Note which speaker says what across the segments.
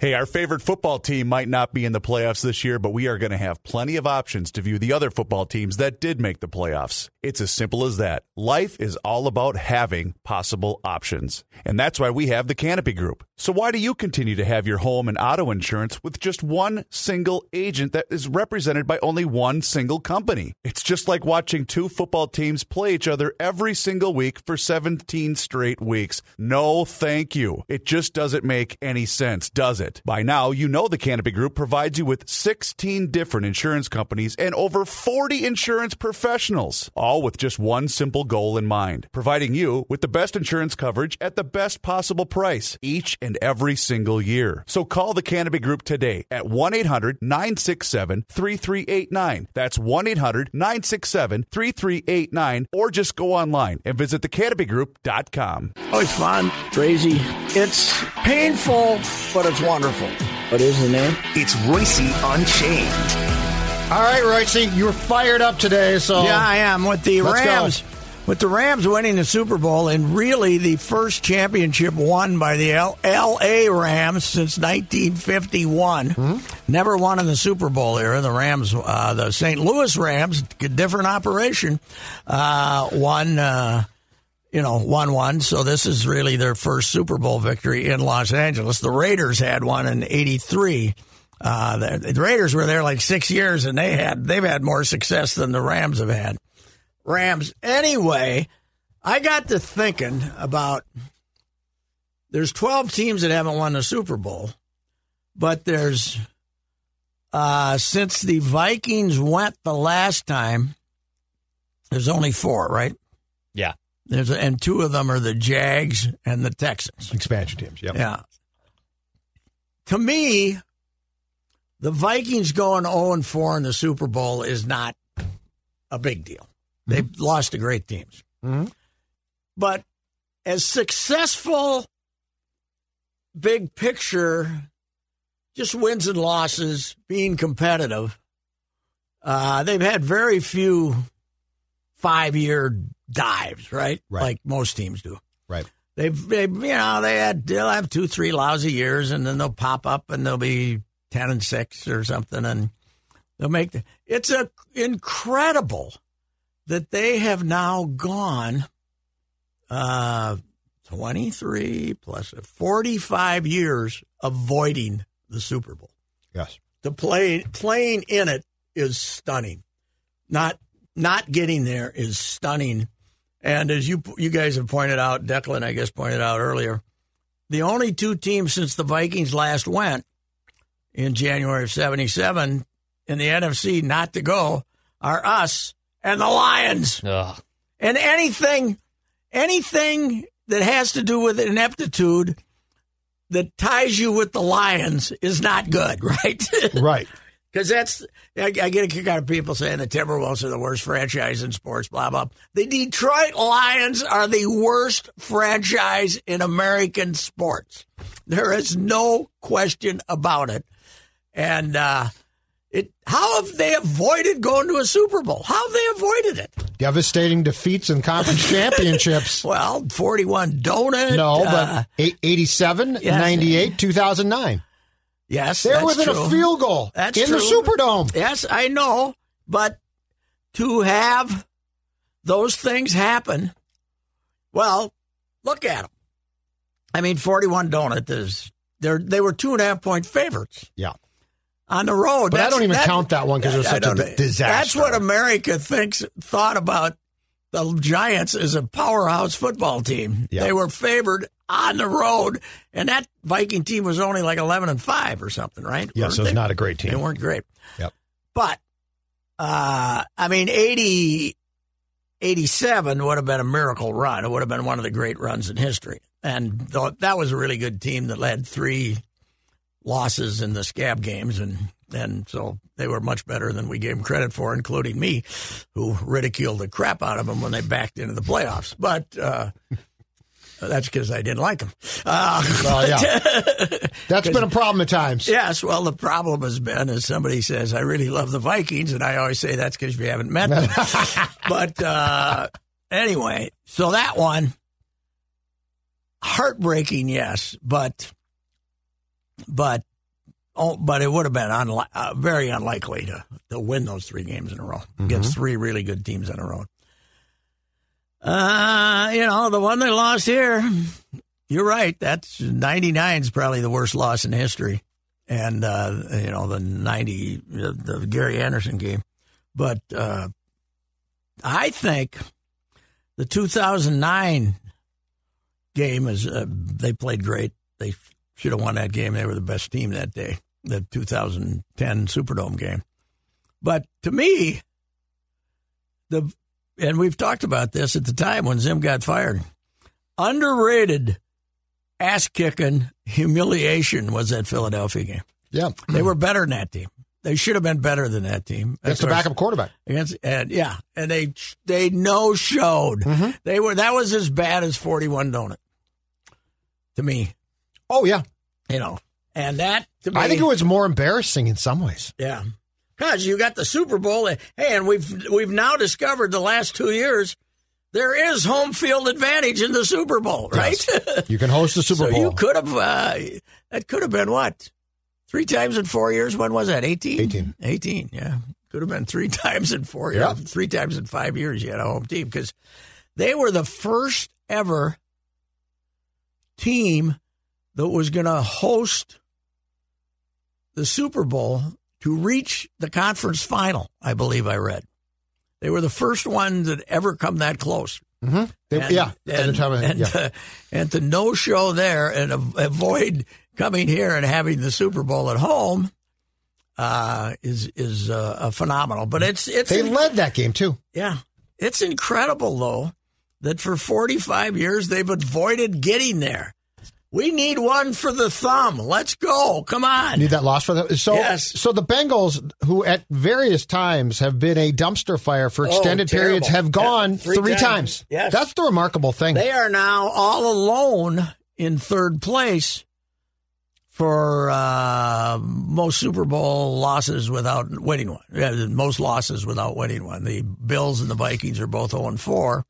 Speaker 1: Hey, our favorite football team might not be in the playoffs this year, but we are going to have plenty of options to view the other football teams that did make the playoffs. It's as simple as that. Life is all about having possible options. And that's why we have the Canopy Group. So why do you continue to have your home and auto insurance with just one single agent that is represented by only one single company? It's just like watching two football teams play each other every single week for 17 straight weeks. No, thank you. It just doesn't make any sense, does does it. By now, you know the Canopy Group provides you with 16 different insurance companies and over 40 insurance professionals, all with just one simple goal in mind providing you with the best insurance coverage at the best possible price each and every single year. So call the Canopy Group today at 1 800 967 3389. That's 1 800 967 3389, or just go online and visit thecanopygroup.com.
Speaker 2: Oh, it's fun, crazy. It's painful, but it's wonderful. What is the name?
Speaker 3: It's Royce Unchained.
Speaker 4: All right, Royce, you're fired up today, so
Speaker 2: Yeah, I am with the
Speaker 4: Let's go.
Speaker 2: Rams. With the Rams winning the Super Bowl and really the first championship won by the L- L.A. Rams since 1951.
Speaker 4: Mm-hmm.
Speaker 2: Never won in the Super Bowl era. The Rams, uh, the St. Louis Rams, a different operation, uh, won. Uh, you know, one one. So this is really their first Super Bowl victory in Los Angeles. The Raiders had one in '83. Uh, the, the Raiders were there like six years, and they had they've had more success than the Rams have had. Rams, anyway. I got to thinking about there's 12 teams that haven't won the Super Bowl, but there's uh, since the Vikings went the last time, there's only four, right?
Speaker 5: Yeah.
Speaker 2: There's and two of them are the Jags and the Texans.
Speaker 4: expansion teams. Yep.
Speaker 2: Yeah. To me, the Vikings going 0 and 4 in the Super Bowl is not a big deal. They've lost to great teams.
Speaker 4: Mhm.
Speaker 2: But as successful, big picture, just wins and losses, being competitive, uh, they've had very few five year dives, right?
Speaker 5: Right.
Speaker 2: Like most teams do.
Speaker 5: Right.
Speaker 2: They've, they, you know, they had they'll have two, three lousy years, and then they'll pop up, and they'll be ten and six or something, and they'll make. The, it's a, incredible that they have now gone uh, twenty three plus forty five years avoiding the Super Bowl.
Speaker 4: Yes.
Speaker 2: The play playing in it is stunning. Not not getting there is stunning. And as you you guys have pointed out, Declan I guess pointed out earlier, the only two teams since the Vikings last went in January of 77 in the NFC not to go are us and the Lions.
Speaker 5: Ugh.
Speaker 2: And anything anything that has to do with ineptitude that ties you with the Lions is not good, right?
Speaker 4: Right.
Speaker 2: Because that's, I, I get a kick out of people saying the Timberwolves are the worst franchise in sports, blah, blah. The Detroit Lions are the worst franchise in American sports. There is no question about it. And uh, it, how have they avoided going to a Super Bowl? How have they avoided it?
Speaker 4: Devastating defeats in conference championships.
Speaker 2: Well, 41 donut.
Speaker 4: No,
Speaker 2: uh,
Speaker 4: but eight- 87,
Speaker 2: yes.
Speaker 4: 98, 2009.
Speaker 2: yes,
Speaker 4: They're
Speaker 2: that's
Speaker 4: within
Speaker 2: true.
Speaker 4: a field goal
Speaker 2: That's
Speaker 4: in the
Speaker 2: true.
Speaker 4: Superdome.
Speaker 2: Yes, I know, but to have those things happen, well, look at them. I mean, forty-one donut is they they were two and a half point favorites
Speaker 4: Yeah.
Speaker 2: on the road.
Speaker 4: But I
Speaker 2: That's-
Speaker 4: don't even count that one 'cause it was
Speaker 2: I- I
Speaker 4: such a
Speaker 2: don't-
Speaker 4: disaster.
Speaker 2: That's what America thinks thought about the Giants as a powerhouse football team.
Speaker 4: Yeah.
Speaker 2: They were favored on the road, and that Viking team was only like eleven and five or something, right?
Speaker 4: Yeah,
Speaker 2: Weren't
Speaker 4: so it's
Speaker 2: they?
Speaker 4: not a great team.
Speaker 2: They weren't great.
Speaker 4: Yep.
Speaker 2: But, uh, I mean, 80, 87 would have been a miracle run. It would have been one of the great runs in history. And th- that was a really good team that led three losses in the scab games and And so they were much better than we gave them credit for, including me, who ridiculed the crap out of them when they backed into the playoffs. But uh, that's because I didn't like them. Uh,
Speaker 4: Oh, yeah. That's been a problem at times.
Speaker 2: Yes, well, the problem has been, as somebody says, I really love the Vikings, and I always say that's because you haven't met them. but uh, anyway, so that one, heartbreaking, yes, but, but, oh, but it would have been unli- uh, very unlikely to, to win those three games in a row against three really good teams in a row. Uh, you know, the one they lost here, you're right. That's 99 is probably the worst loss in history. And, uh, you know, the 90, the, the Gary Anderson game. But uh, I think the 2009 game is, uh, they played great. They should have won that game. They were the best team that day, the 2010 Superdome game. But to me, the, and we've talked about this at the time when Zim got fired, underrated ass kicking humiliation was that Philadelphia game.
Speaker 4: Yeah.
Speaker 2: They were better than that team. They should have been better than that team.
Speaker 4: Hmm. That's the
Speaker 2: Of course,
Speaker 4: backup quarterback.
Speaker 2: Against and yeah, and they they no showed.
Speaker 4: Mm-hmm.
Speaker 2: They were that was as bad as forty one donut to me,
Speaker 4: Oh, yeah.
Speaker 2: you know. And that to me,
Speaker 4: I think it was more embarrassing in some ways.
Speaker 2: yeah, because you got the Super Bowl. Hey, and we've we've now discovered the last two years there is home field advantage in the Super Bowl, right?
Speaker 4: You can host the Super
Speaker 2: so
Speaker 4: Bowl.
Speaker 2: you could have uh, that could have been what three times in four years when was that 18
Speaker 4: 18.
Speaker 2: 18 yeah could have been three times in four years
Speaker 4: Yeah.
Speaker 2: three times in five years you had a home team because they were the first ever team that was going to host the super bowl to reach the conference final i believe i read they were the first one that ever come that close
Speaker 4: They-
Speaker 2: and-
Speaker 4: yeah. at the
Speaker 2: and,
Speaker 4: time of-
Speaker 2: and,
Speaker 4: yeah.
Speaker 2: uh, and to no show there and av- avoid coming here and having the Super Bowl at home uh, is is uh, a phenomenal. But it's it's
Speaker 4: they led that game, too.
Speaker 2: yeah, it's incredible though that for 45 years they've avoided getting there. We need one for the thumb. Let's go. Come on.
Speaker 4: Need that loss for the so
Speaker 2: Yes.
Speaker 4: so the Bengals, who at various times have been a dumpster fire for extended
Speaker 2: Oh, terrible.
Speaker 4: periods, have gone
Speaker 2: Yeah,
Speaker 4: three,
Speaker 2: three
Speaker 4: times.
Speaker 2: times. Yes.
Speaker 4: That's the remarkable thing.
Speaker 2: They are now all alone in third place for uh, most Super Bowl losses without winning one. Yeah, the most losses without winning one. The Bills and the Vikings are both 0 4,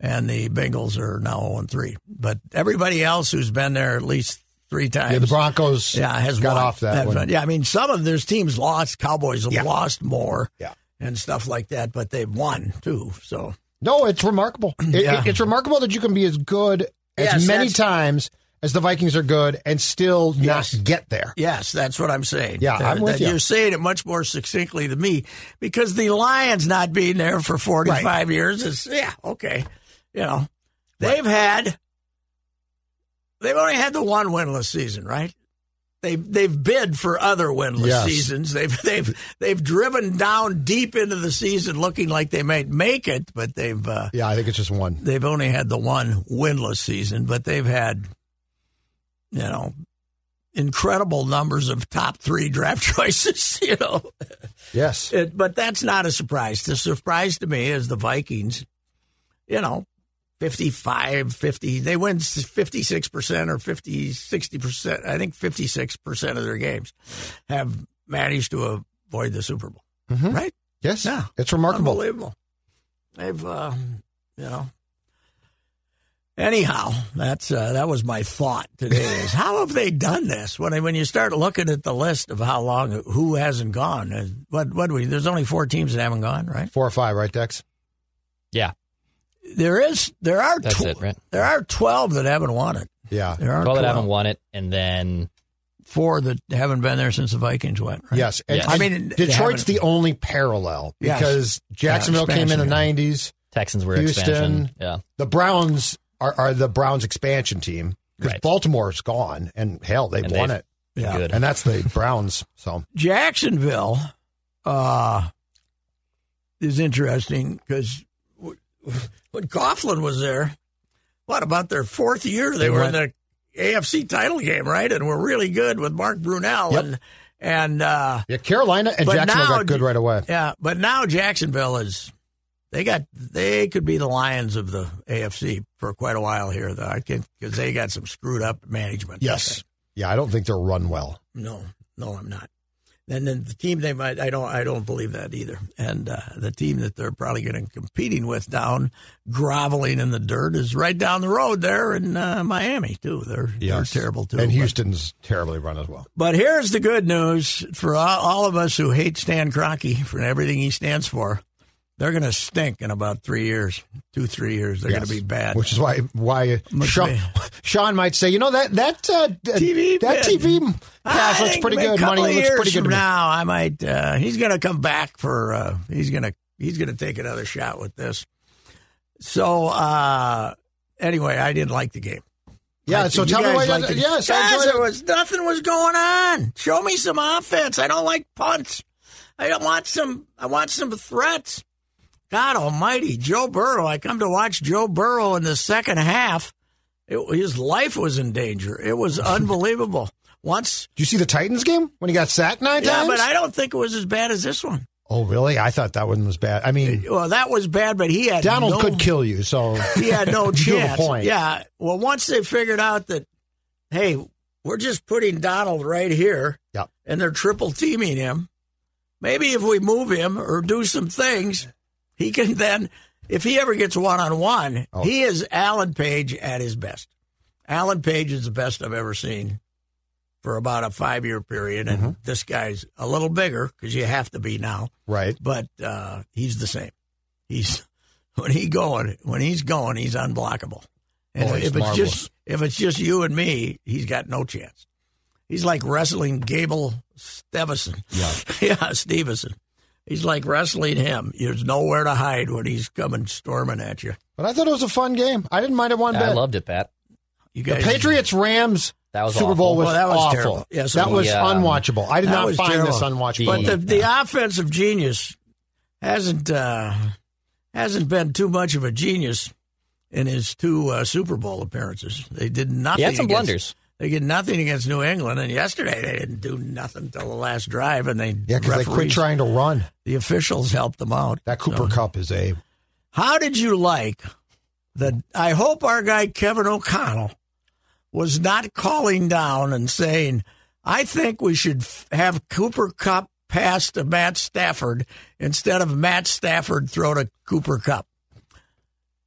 Speaker 2: and the Bengals are now 0 3. But everybody else who's been there at least three times.
Speaker 4: yeah, the Broncos
Speaker 2: Yeah, has
Speaker 4: got
Speaker 2: won.
Speaker 4: off that
Speaker 2: Have
Speaker 4: one.
Speaker 2: won. Yeah, I mean, some of there's teams lost. Cowboys have
Speaker 4: Yeah.
Speaker 2: lost more,
Speaker 4: Yeah.
Speaker 2: and stuff like that. But they've won too. So
Speaker 4: No, it's remarkable. It,
Speaker 2: Yeah.
Speaker 4: it- it's remarkable that you can be as good as
Speaker 2: Yes,
Speaker 4: many
Speaker 2: that's-
Speaker 4: times as the Vikings are good and still
Speaker 2: Yes.
Speaker 4: not get there.
Speaker 2: Yes, that's what I'm saying.
Speaker 4: Yeah, I'm with
Speaker 2: that
Speaker 4: you.
Speaker 2: You're saying it much more succinctly than me because the Lions not being there for 45 years is, yeah, okay. You know, they've had, they've only had the one winless season, right? They've, they've bid for other winless
Speaker 4: Yes.
Speaker 2: seasons. They've they've they've driven down deep into the season, looking like they might make it, but they've uh,
Speaker 4: Yeah, I think it's just one.
Speaker 2: they've only had the one winless season, but they've had, you know, incredible numbers of top three draft choices. You know,
Speaker 4: Yes.
Speaker 2: it, but that's not a surprise. The surprise to me is the Vikings. You know. 55 50 they win 56% or 50 60% i think 56% of their games have managed to avoid the super bowl right
Speaker 4: Yes.
Speaker 2: Yeah.
Speaker 4: It's remarkable.
Speaker 2: Unbelievable. They've, uh, you know. Anyhow, that's uh, that was my thought today. Is how have they done this? When I- when you start looking at the list of how long who hasn't gone, uh, what what do we there's only four teams that haven't gone, right?
Speaker 4: Four or five, right, Dex?
Speaker 5: Yeah,
Speaker 2: There is there are
Speaker 5: That's
Speaker 2: tw-
Speaker 5: it, right?
Speaker 2: there are twelve that haven't won it.
Speaker 4: Yeah.
Speaker 2: There are
Speaker 5: well, that
Speaker 2: 12.
Speaker 5: haven't won it, and then
Speaker 2: four that haven't been there since the Vikings went. Right?
Speaker 4: Yes. And,
Speaker 5: Yes.
Speaker 4: and
Speaker 2: I mean, they
Speaker 4: Detroit's
Speaker 2: haven't-
Speaker 4: the only parallel
Speaker 2: Yes.
Speaker 4: because Jacksonville came in the
Speaker 2: expansion, yeah.
Speaker 4: 90s.
Speaker 5: Texans were
Speaker 4: Houston.
Speaker 5: expansion. Yeah,
Speaker 4: The Browns are, are the Browns expansion team because
Speaker 5: Right.
Speaker 4: Baltimore's gone and hell, they've
Speaker 5: And
Speaker 4: won
Speaker 5: they've-
Speaker 4: it.
Speaker 2: Yeah.
Speaker 5: good.
Speaker 4: And that's the Browns. So,
Speaker 2: Jacksonville uh, is interesting because when Coughlin was there, what about their fourth year? They,
Speaker 4: They
Speaker 2: were
Speaker 4: went-
Speaker 2: in the AFC title game, right? And were really good with Mark Brunell
Speaker 4: Yep.
Speaker 2: and And uh,
Speaker 4: Yeah, Carolina and
Speaker 2: But
Speaker 4: Jacksonville
Speaker 2: now-
Speaker 4: got good right away.
Speaker 2: yeah, but now Jacksonville is they got they could be the lions of the AFC for quite a while here though. I can because they got some screwed up management.
Speaker 4: Yes. Yeah, I don't think they're run well.
Speaker 2: No, no, I'm not. And then the team they might I don't I don't believe that either. And uh, the team that they're probably going to competing with down groveling in the dirt is right down the road there in uh, Miami too. They're
Speaker 4: Yes.
Speaker 2: they're terrible too.
Speaker 4: And
Speaker 2: but-
Speaker 4: Houston's terribly run as well.
Speaker 2: but here's the good news for all, all of us who hate Stan Kroenke for everything he stands for. They're going to stink in about three years, two, three years. They're
Speaker 4: Yes.
Speaker 2: going to be bad.
Speaker 4: Which is why why
Speaker 2: Must
Speaker 4: Sean,
Speaker 2: be.
Speaker 4: Sean might say, you know that that uh,
Speaker 2: TV
Speaker 4: that
Speaker 2: bid.
Speaker 4: TV cash
Speaker 2: I
Speaker 4: looks
Speaker 2: think
Speaker 4: pretty
Speaker 2: maybe a
Speaker 4: good. Money
Speaker 2: couple of
Speaker 4: looks
Speaker 2: years
Speaker 4: pretty good.
Speaker 2: From
Speaker 4: to me.
Speaker 2: now, I might. Uh, he's going to come back for. Uh, he's going to. He's going to take another shot with this. So uh, anyway, I didn't like the game.
Speaker 4: Yeah,
Speaker 2: Like,
Speaker 4: so
Speaker 2: you
Speaker 4: tell me
Speaker 2: guys
Speaker 4: why.
Speaker 2: like it.
Speaker 4: yes, I
Speaker 2: Guys,
Speaker 4: enjoyed
Speaker 2: there
Speaker 4: it.
Speaker 2: was nothing was going on. Show me some offense. I don't like punts. I don't want some. I want some threats. God Almighty, Joe Burrow! I come to watch Joe Burrow in the second half. It, his life was in danger. It was unbelievable. Once,
Speaker 4: Did you see the Titans game when he got sacked nine
Speaker 2: yeah,
Speaker 4: times?
Speaker 2: but I don't think it was as bad as this one.
Speaker 4: oh, really? I thought that one was bad. I mean,
Speaker 2: Well, that was bad, but he had
Speaker 4: Donald
Speaker 2: no
Speaker 4: could kill you. So
Speaker 2: he had no
Speaker 4: You have a
Speaker 2: chance.
Speaker 4: point.
Speaker 2: Yeah. Well, once they figured out that, hey, we're just putting Donald right here,
Speaker 4: Yep.
Speaker 2: and they're triple teaming him. Maybe if we move him or do some things, he can then, if he ever gets one on one,
Speaker 4: Oh.
Speaker 2: he is Alan Page at his best. Alan Page is the best I've ever seen for about a five year period,
Speaker 4: Mm-hmm.
Speaker 2: and this guy's a little bigger because you have to be now
Speaker 4: right.
Speaker 2: but uh, he's the same. He's when he going when he's going, he's unblockable. And
Speaker 4: Oh, he's
Speaker 2: if it's just if it's just you and me, he's got no chance. He's like wrestling Gable Stevenson. Yeah, yeah, Stevenson. He's like wrestling him. There's nowhere to hide when he's coming storming at you.
Speaker 4: But I thought it was a fun game. I didn't mind it one bit.
Speaker 5: I loved it, Pat.
Speaker 2: You
Speaker 4: the
Speaker 2: guys,
Speaker 4: Patriots Rams
Speaker 5: That was
Speaker 4: Super
Speaker 5: awful.
Speaker 4: Bowl was,
Speaker 2: Well, Oh, that was
Speaker 4: awful.
Speaker 2: terrible. Yes, it
Speaker 4: that was
Speaker 5: was. Yeah.
Speaker 4: unwatchable. I did
Speaker 2: That
Speaker 4: not
Speaker 2: was
Speaker 4: find
Speaker 2: terrible.
Speaker 4: this unwatchable.
Speaker 2: But the, the offensive genius hasn't uh, hasn't been too much of a genius in his two uh, Super Bowl appearances. They did nothing.
Speaker 5: He had some
Speaker 2: against-
Speaker 5: blunders.
Speaker 2: They did nothing against New England, and yesterday they didn't do nothing till the last drive, and they
Speaker 4: yeah, because they quit
Speaker 2: referees-
Speaker 4: trying to run.
Speaker 2: The officials helped them out.
Speaker 4: That Cooper Cup is a
Speaker 2: How did you like the? I hope our guy Kevin O'Connell was not calling down and saying, "I think we should f- have Cooper Cup pass to Matt Stafford instead of Matt Stafford throw to Cooper Cup."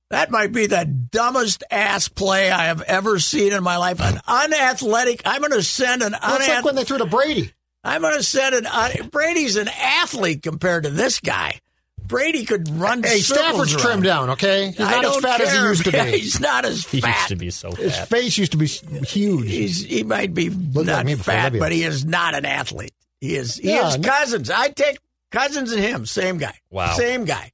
Speaker 2: That might be the dumbest ass play I have ever seen in my life. An unathletic. I'm going to send an
Speaker 4: Well, it's
Speaker 2: unathletic.
Speaker 4: like when they threw to Brady.
Speaker 2: I'm going to send an. un Brady's an athlete compared to this guy. Brady could run.
Speaker 4: Hey,
Speaker 2: circles
Speaker 4: Stafford's
Speaker 2: around.
Speaker 4: trimmed down, okay? He's
Speaker 2: I
Speaker 4: not as
Speaker 2: don't
Speaker 4: fat as he
Speaker 2: care.
Speaker 4: used to
Speaker 2: Yeah,
Speaker 4: be.
Speaker 2: He's not as
Speaker 5: He used
Speaker 2: fat.
Speaker 5: to be so
Speaker 4: His
Speaker 5: fat.
Speaker 4: face used to be s- huge.
Speaker 2: He's, he might be
Speaker 4: like
Speaker 2: not
Speaker 4: me before
Speaker 2: fat,
Speaker 4: Libya.
Speaker 2: but he is not an athlete. He is. He
Speaker 4: Yeah,
Speaker 2: is
Speaker 4: no-
Speaker 2: Cousins. I take Cousins and him. Same guy.
Speaker 5: Wow.
Speaker 2: Same guy.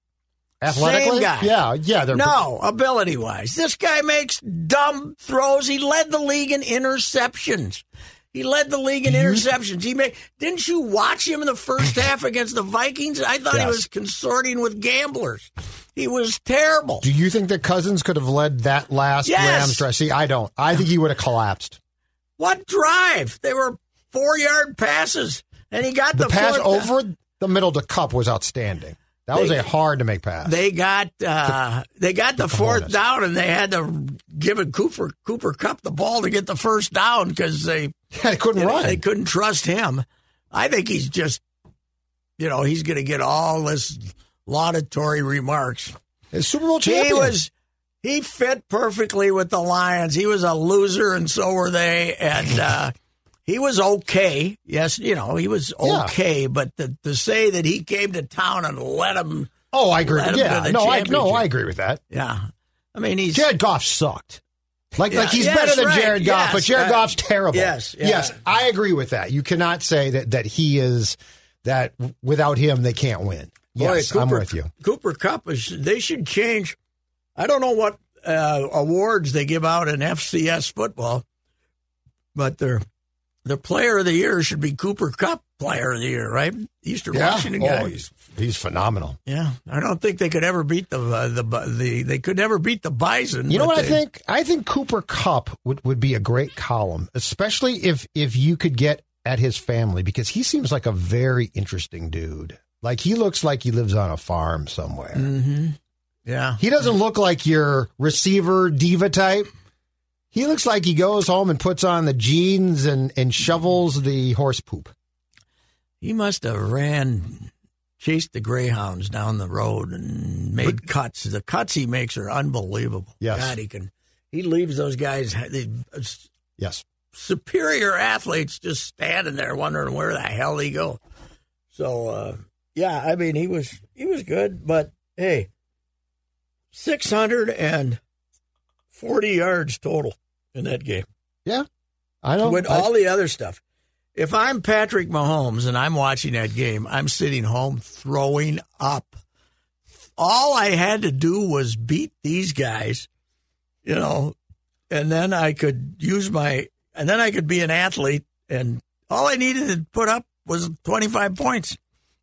Speaker 4: Athletically?
Speaker 2: Same guy.
Speaker 4: Yeah, yeah. They're
Speaker 2: No, ability wise. This guy makes dumb throws. He led the league in interceptions. He led the league in interceptions. He made, didn't you watch him in the first half against the Vikings? I thought he
Speaker 4: Yes.
Speaker 2: was consorting with gamblers. He was terrible.
Speaker 4: Do you think that Cousins could have led that last
Speaker 2: Yes.
Speaker 4: Rams dress? See, I don't. I think he would have collapsed.
Speaker 2: What drive? They were four yard passes, and he got the,
Speaker 4: The pass
Speaker 2: fourth-
Speaker 4: over the middle to Cup was outstanding. That was
Speaker 2: They-
Speaker 4: a hard to make pass.
Speaker 2: They got uh, they got the fourth
Speaker 4: cojones.
Speaker 2: down, and they had to give it Cooper Cooper Cup the ball to get the first down because they
Speaker 4: they couldn't
Speaker 2: you know,
Speaker 4: run.
Speaker 2: they couldn't trust him. I think he's just, you know, he's going to get all this laudatory remarks.
Speaker 4: It's Super Bowl champion.
Speaker 2: He was he fit perfectly with the Lions. He was a loser, and so were they. And uh, he was okay. Yes, you know, he was
Speaker 4: Yeah.
Speaker 2: okay. But to, to say that he came to town and let him,
Speaker 4: Oh, I agree.
Speaker 2: Led him
Speaker 4: Yeah,
Speaker 2: to the
Speaker 4: no, I no,
Speaker 2: championship.
Speaker 4: I agree with that.
Speaker 2: yeah, I mean, he's
Speaker 4: Jared Goff sucked. Like,
Speaker 2: Yeah,
Speaker 4: like he's
Speaker 2: yes,
Speaker 4: better than
Speaker 2: right,
Speaker 4: Jared Goff,
Speaker 2: yes,
Speaker 4: but Jared
Speaker 2: that-
Speaker 4: Goff's terrible.
Speaker 2: yes, yeah.
Speaker 4: yes, I agree with that. You cannot say that that he is that without him they can't win.
Speaker 2: Boy,
Speaker 4: Yes, I'm
Speaker 2: Cooper-
Speaker 4: with you.
Speaker 2: Cooper Cup is. They should change. I don't know what uh, awards they give out in FCS football, but their their Player of the Year should be Cooper Cup Player of the Year, right? Eastern Washington
Speaker 4: oh,
Speaker 2: guy.
Speaker 4: he's he's phenomenal.
Speaker 2: Yeah, I don't think they could ever beat the uh, the bu- the they could never beat the Bison.
Speaker 4: You know
Speaker 2: but
Speaker 4: what
Speaker 2: they-
Speaker 4: I think? I think Cooper Cup would, would be a great column, especially if if you could get at his family because he seems like a very interesting dude. Like he looks like he lives on a farm somewhere.
Speaker 2: Mm. Mm-hmm. Yeah.
Speaker 4: He doesn't look like your receiver diva type. He looks like he goes home and puts on the jeans and, and shovels the horse poop.
Speaker 2: He must have ran, chased the greyhounds down the road and made cuts. The cuts he makes are unbelievable.
Speaker 4: Yes.
Speaker 2: God, he can. He leaves those guys, uh, the
Speaker 4: Yes.
Speaker 2: superior athletes, just standing there wondering where the hell he go. So, uh, yeah, I mean, he was he was good, but hey, six hundred and forty yards total in that game
Speaker 4: Yeah. I don't
Speaker 2: with
Speaker 4: I-
Speaker 2: all the other stuff. If I'm Patrick Mahomes and I'm watching that game, I'm sitting home throwing up. All I had to do was beat these guys, you know, and then I could use my and then I could be an athlete and all I needed to put up was 25 points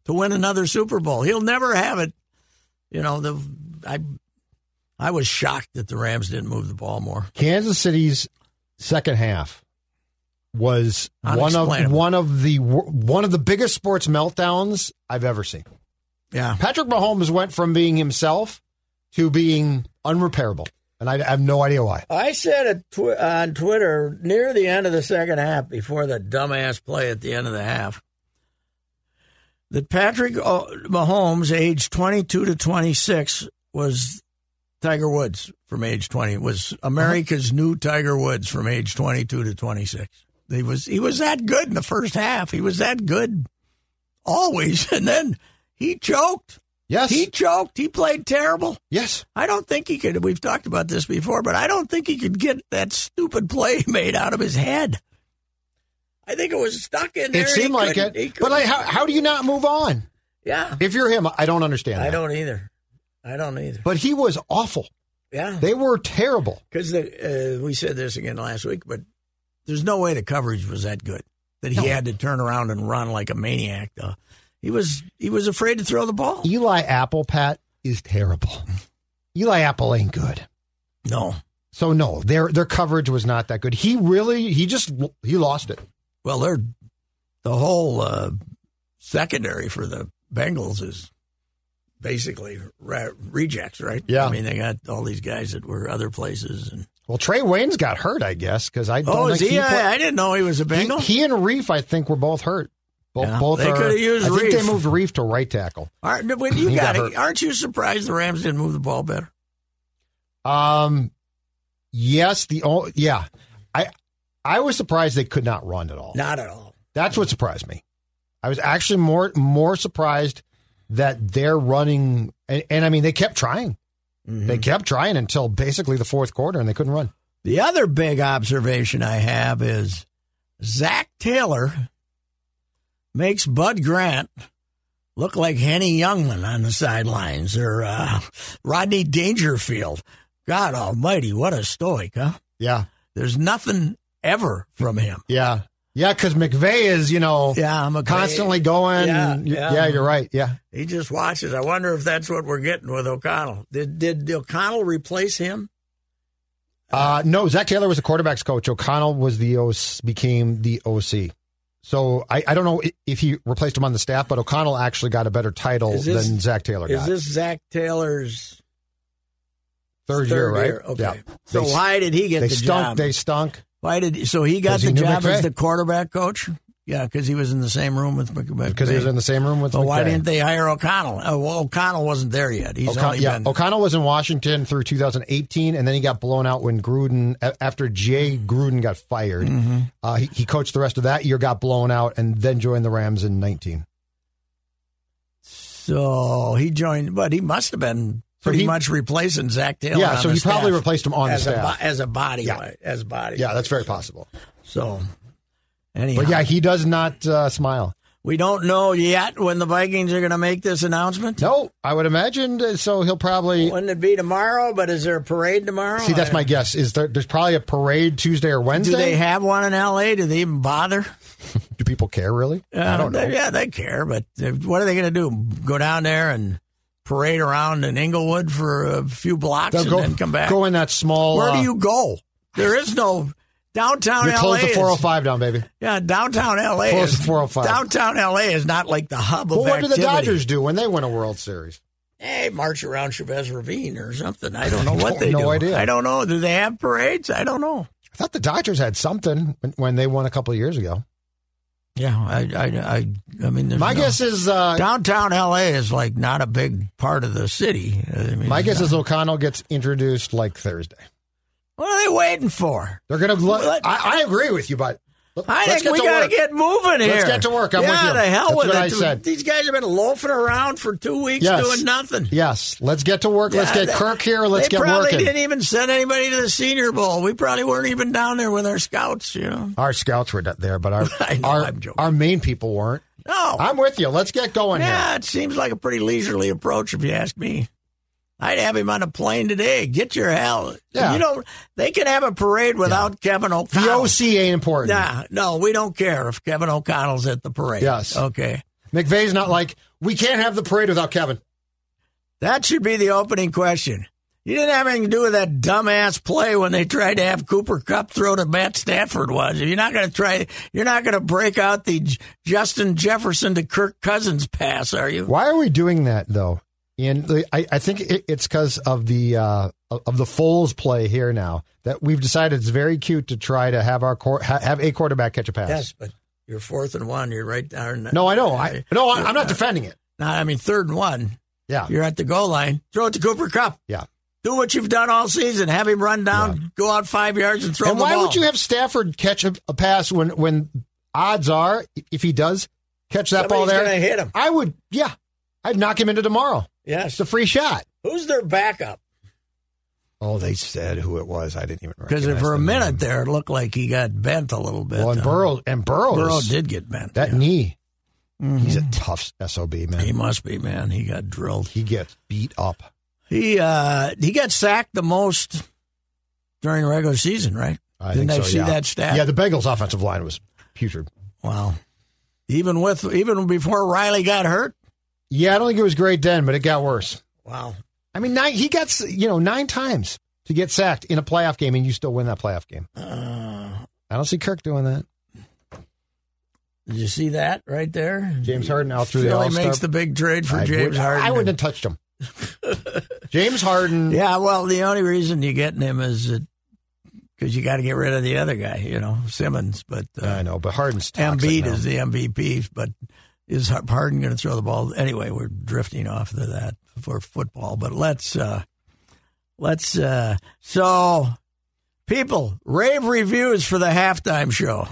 Speaker 2: to win another Super Bowl. He'll never have it. You know, the I I was shocked that the Rams didn't move the ball more.
Speaker 4: Kansas City's second half was one of
Speaker 2: Unexplainable.
Speaker 4: one of the wor- one of the biggest sports meltdowns I've ever seen.
Speaker 2: Yeah.
Speaker 4: Patrick Mahomes went from being himself to being unrepairable, and I, I have no idea why.
Speaker 2: I said it tw- on Twitter near the end of the second half, before the dumbass play at the end of the half, that Patrick O- Mahomes, age 22 to 26, was Tiger Woods from age 20. Was America's new Tiger Woods from age 22 to 26. He was he was that good in the first half. He was that good always, and then he choked.
Speaker 4: Yes,
Speaker 2: He choked. He played terrible.
Speaker 4: yes,
Speaker 2: I don't think he could. We've talked about this before, but I don't think he could get that stupid play made out of his head. I think it was stuck in there.
Speaker 4: it seemed
Speaker 2: He
Speaker 4: like
Speaker 2: couldn't- he
Speaker 4: it. But like,
Speaker 2: couldn't-
Speaker 4: how, how do you not move on
Speaker 2: yeah,
Speaker 4: if you're him? I don't understand.
Speaker 2: I
Speaker 4: that.
Speaker 2: don't either. I don't either.
Speaker 4: But he was awful.
Speaker 2: Yeah,
Speaker 4: They were terrible.
Speaker 2: because uh, we said this again last week, but there's no way the coverage was that good that he
Speaker 4: No.
Speaker 2: had to turn around and run like a maniac. Though he was, he was afraid to throw the ball.
Speaker 4: Eli Apple Pat is terrible. Eli Apple ain't good.
Speaker 2: No,
Speaker 4: So no, their their coverage was not that good. He really he just he lost it.
Speaker 2: Well, they're the whole uh, secondary for the Bengals is basically re- rejects, right?
Speaker 4: Yeah.
Speaker 2: I mean, they got all these guys that were other places. And
Speaker 4: Well, Trey Wayne's got hurt, I guess, because I don't
Speaker 2: oh, is
Speaker 4: think
Speaker 2: he?
Speaker 4: he, play-
Speaker 2: I, I didn't know he was a Bengal.
Speaker 4: he, he and Reef, I think, were both hurt. Both,
Speaker 2: Yeah.
Speaker 4: both
Speaker 2: They
Speaker 4: are-
Speaker 2: coulda used
Speaker 4: I think
Speaker 2: Reef.
Speaker 4: they moved Reef to right tackle.
Speaker 2: aren't, no, wait, you
Speaker 4: he
Speaker 2: got
Speaker 4: got
Speaker 2: it.
Speaker 4: hurt.
Speaker 2: aren't you surprised the Rams didn't move the ball better?
Speaker 4: Um, yes, the o- yeah, I I was surprised they could not run at all.
Speaker 2: Not at all.
Speaker 4: That's what surprised me. I was actually more more surprised that they're running, and, and I mean they kept trying. They
Speaker 2: Mm-hmm.
Speaker 4: kept trying until basically the fourth quarter, and they couldn't run.
Speaker 2: The other big observation I have is Zach Taylor makes Bud Grant look like Henny Youngman on the sidelines or uh, Rodney Dangerfield. God almighty, what a stoic, huh?
Speaker 4: Yeah,
Speaker 2: There's nothing ever from him.
Speaker 4: yeah, yeah. Because McVeigh is you know
Speaker 2: Yeah, I'm a
Speaker 4: constantly going.
Speaker 2: Yeah,
Speaker 4: y-
Speaker 2: yeah.
Speaker 4: yeah, you're right. Yeah.
Speaker 2: He just watches. I wonder if that's what we're getting with O'Connell. Did did O'Connell replace him?
Speaker 4: Uh, no, Zach Taylor was the quarterback's coach. O'Connell was the OC, became the OC. So I, I don't know i- if he replaced him on the staff, but O'Connell actually got a better title
Speaker 2: Is this-
Speaker 4: than Zach Taylor
Speaker 2: Is
Speaker 4: got.
Speaker 2: this Zach Taylor's
Speaker 4: third, year, right?
Speaker 2: Okay.
Speaker 4: Yeah.
Speaker 2: So
Speaker 4: they,
Speaker 2: why did he get
Speaker 4: they
Speaker 2: the
Speaker 4: stunk.
Speaker 2: job?
Speaker 4: They stunk.
Speaker 2: Why did so he got
Speaker 4: 'Cause he
Speaker 2: the
Speaker 4: knew
Speaker 2: job
Speaker 4: McVay.
Speaker 2: as the quarterback coach? Yeah, because he was in the same room with McVay.
Speaker 4: Because he was in the same room with
Speaker 2: So why
Speaker 4: McVay.
Speaker 2: didn't they hire O'Connell? Oh, well, O'Connell wasn't there yet. He's
Speaker 4: O'Con-
Speaker 2: only
Speaker 4: yeah,
Speaker 2: been.
Speaker 4: O'Connell was in Washington through 2018, and then he got blown out when Gruden, a- after Jay Gruden got fired,
Speaker 2: Mm-hmm.
Speaker 4: uh, he, he coached the rest of that year, got blown out, and then joined the Rams in 19.
Speaker 2: So he joined, but he must have been
Speaker 4: So
Speaker 2: pretty
Speaker 4: he-
Speaker 2: much replacing Zach Taylor.
Speaker 4: yeah,
Speaker 2: on
Speaker 4: so
Speaker 2: the
Speaker 4: he probably
Speaker 2: staff
Speaker 4: replaced him on the
Speaker 2: as a,
Speaker 4: staff.
Speaker 2: bo- as a body,
Speaker 4: Yeah.
Speaker 2: wi- as body.
Speaker 4: yeah, that's very possible.
Speaker 2: So anyhow,
Speaker 4: But yeah, he does not uh, smile.
Speaker 2: we don't know yet when the Vikings are going to make this announcement.
Speaker 4: No, I would imagine. uh, So he'll probably
Speaker 2: Wouldn't it be tomorrow? But is there a parade tomorrow? Uh,
Speaker 4: see. That's my guess. Is there, there's probably a parade Tuesday or
Speaker 2: Do
Speaker 4: Wednesday?
Speaker 2: they have one in L.A.? Do they even bother?
Speaker 4: Do people care really? I don't know.
Speaker 2: Uh, They, yeah, they care, but uh, what are they going to do? Go down there and parade around in Inglewood for a few blocks
Speaker 4: They'll
Speaker 2: and
Speaker 4: go
Speaker 2: then come back?
Speaker 4: go in that small.
Speaker 2: Where do
Speaker 4: uh,
Speaker 2: you go? There is no. Downtown
Speaker 4: You
Speaker 2: LA.
Speaker 4: close the
Speaker 2: is-
Speaker 4: 405 down, baby.
Speaker 2: yeah, downtown LA.
Speaker 4: Close
Speaker 2: is-
Speaker 4: the 405.
Speaker 2: Downtown LA is not like the hub of
Speaker 4: But what do the
Speaker 2: activity.
Speaker 4: Dodgers do when they win a World Series?
Speaker 2: Hey, march around Chavez Ravine or something. I don't know what they
Speaker 4: No
Speaker 2: do.
Speaker 4: idea.
Speaker 2: I don't know. Do they have parades? I don't know.
Speaker 4: I thought the Dodgers had something when- when they won a couple of years ago.
Speaker 2: Yeah, I, I, I, I mean, there's
Speaker 4: My
Speaker 2: no-
Speaker 4: guess is uh,
Speaker 2: downtown LA is like not a big part of the city. I mean,
Speaker 4: my
Speaker 2: it's
Speaker 4: guess
Speaker 2: not-
Speaker 4: is O'Connell gets introduced like Thursday.
Speaker 2: what are they waiting for?
Speaker 4: They're gonna. Let,
Speaker 2: Let-
Speaker 4: I, I agree with you, but
Speaker 2: I
Speaker 4: let's
Speaker 2: think we
Speaker 4: to
Speaker 2: got to
Speaker 4: work.
Speaker 2: get moving here.
Speaker 4: Let's get to work. I'm
Speaker 2: yeah,
Speaker 4: with you.
Speaker 2: the hell
Speaker 4: That's
Speaker 2: with
Speaker 4: what
Speaker 2: it.
Speaker 4: I
Speaker 2: Dude,
Speaker 4: said.
Speaker 2: These guys have been loafing around for two weeks
Speaker 4: Yes.
Speaker 2: doing nothing.
Speaker 4: Yes, let's get to work. Let's
Speaker 2: Yeah,
Speaker 4: get
Speaker 2: they-
Speaker 4: Kirk here. Let's
Speaker 2: they
Speaker 4: get
Speaker 2: probably
Speaker 4: working.
Speaker 2: didn't e- even send anybody to the Senior Bowl. We probably weren't even down there with our scouts. You know,
Speaker 4: Our scouts were not there, but our
Speaker 2: I know,
Speaker 4: our,
Speaker 2: I'm joking.
Speaker 4: our main people weren't.
Speaker 2: no.
Speaker 4: I'm with you. Let's get going here.
Speaker 2: yeah, it seems like a pretty leisurely approach, if you ask me. I'd have him on a plane today. Get your hell.
Speaker 4: Yeah.
Speaker 2: You know, they can have a parade without Kevin
Speaker 4: The
Speaker 2: O'Connell.
Speaker 4: OC ain't important.
Speaker 2: Nah, no, we don't care if Kevin O'Connell's at the parade.
Speaker 4: Yes.
Speaker 2: Okay.
Speaker 4: McVeigh's not like we can't have the parade without Kevin.
Speaker 2: That should be the opening question. You didn't have anything to do with that dumbass play when they tried to have Cooper Cup throw to Matt Stafford was. You're not going to try. You're not going to break out the J- Justin Jefferson to Kirk Cousins pass, are you?
Speaker 4: Why are we doing that though? And the- I, I think it, it's because of the uh, of of the Foles play here now that we've decided it's very cute to try to have our quar- ha- have a quarterback catch a pass.
Speaker 2: Yes, but you're fourth and one. You're right there.
Speaker 4: No, I know. I no, I, I'm not defending it.
Speaker 2: No, I mean third and one.
Speaker 4: Yeah,
Speaker 2: You're at the goal line. Throw it to Cooper Cup.
Speaker 4: yeah.
Speaker 2: Do what you've done all season. Have him run down, go out five yards, and throw
Speaker 4: and
Speaker 2: the
Speaker 4: why
Speaker 2: ball.
Speaker 4: would you have Stafford catch a, a pass when when odds are if he does catch that ball
Speaker 2: Somebody's
Speaker 4: there,
Speaker 2: gonna hit him.
Speaker 4: I would, yeah, I'd knock him into tomorrow.
Speaker 2: Yes.
Speaker 4: It's a free shot.
Speaker 2: Who's their backup?
Speaker 4: Oh, they said who it was. I didn't even
Speaker 2: Because for a minute there, it looked like he got bent a little bit.
Speaker 4: Well, and
Speaker 2: Uh,
Speaker 4: Burrow and Burrow,
Speaker 2: Burrow
Speaker 4: is-
Speaker 2: did get bent.
Speaker 4: that
Speaker 2: yeah. Mm-hmm.
Speaker 4: knee. He's a tough sob man.
Speaker 2: He must be man. He got drilled.
Speaker 4: He gets beat up.
Speaker 2: He uh he got sacked the most during the regular season, right?
Speaker 4: I
Speaker 2: Didn't
Speaker 4: think
Speaker 2: I
Speaker 4: so,
Speaker 2: see
Speaker 4: yeah.
Speaker 2: that stat?
Speaker 4: Yeah, the Bengals' offensive line was putrid.
Speaker 2: Wow. Even with even before Riley got hurt.
Speaker 4: Yeah, I don't think it was great then, but it got worse.
Speaker 2: Wow.
Speaker 4: I mean, nine, he got s- you know nine times to get sacked in a playoff game, and you still win that playoff game.
Speaker 2: Uh,
Speaker 4: I don't see Kirk doing that.
Speaker 2: did you see that right there?
Speaker 4: James Harden out through the
Speaker 2: Philly
Speaker 4: All-Star.
Speaker 2: makes the big trade for
Speaker 4: I
Speaker 2: James
Speaker 4: would-
Speaker 2: Harden.
Speaker 4: I wouldn't have touched him. James Harden.
Speaker 2: Yeah, well, the only reason you're getting him is because you got to get rid of the other guy, you know, Simmons. But
Speaker 4: I
Speaker 2: uh,
Speaker 4: know, but Harden's toxic
Speaker 2: Embiid
Speaker 4: now.
Speaker 2: is the MVP. But is Harden going to throw the ball anyway? We're drifting off of that for football. But let's uh, let's uh, so people rave reviews for the halftime show.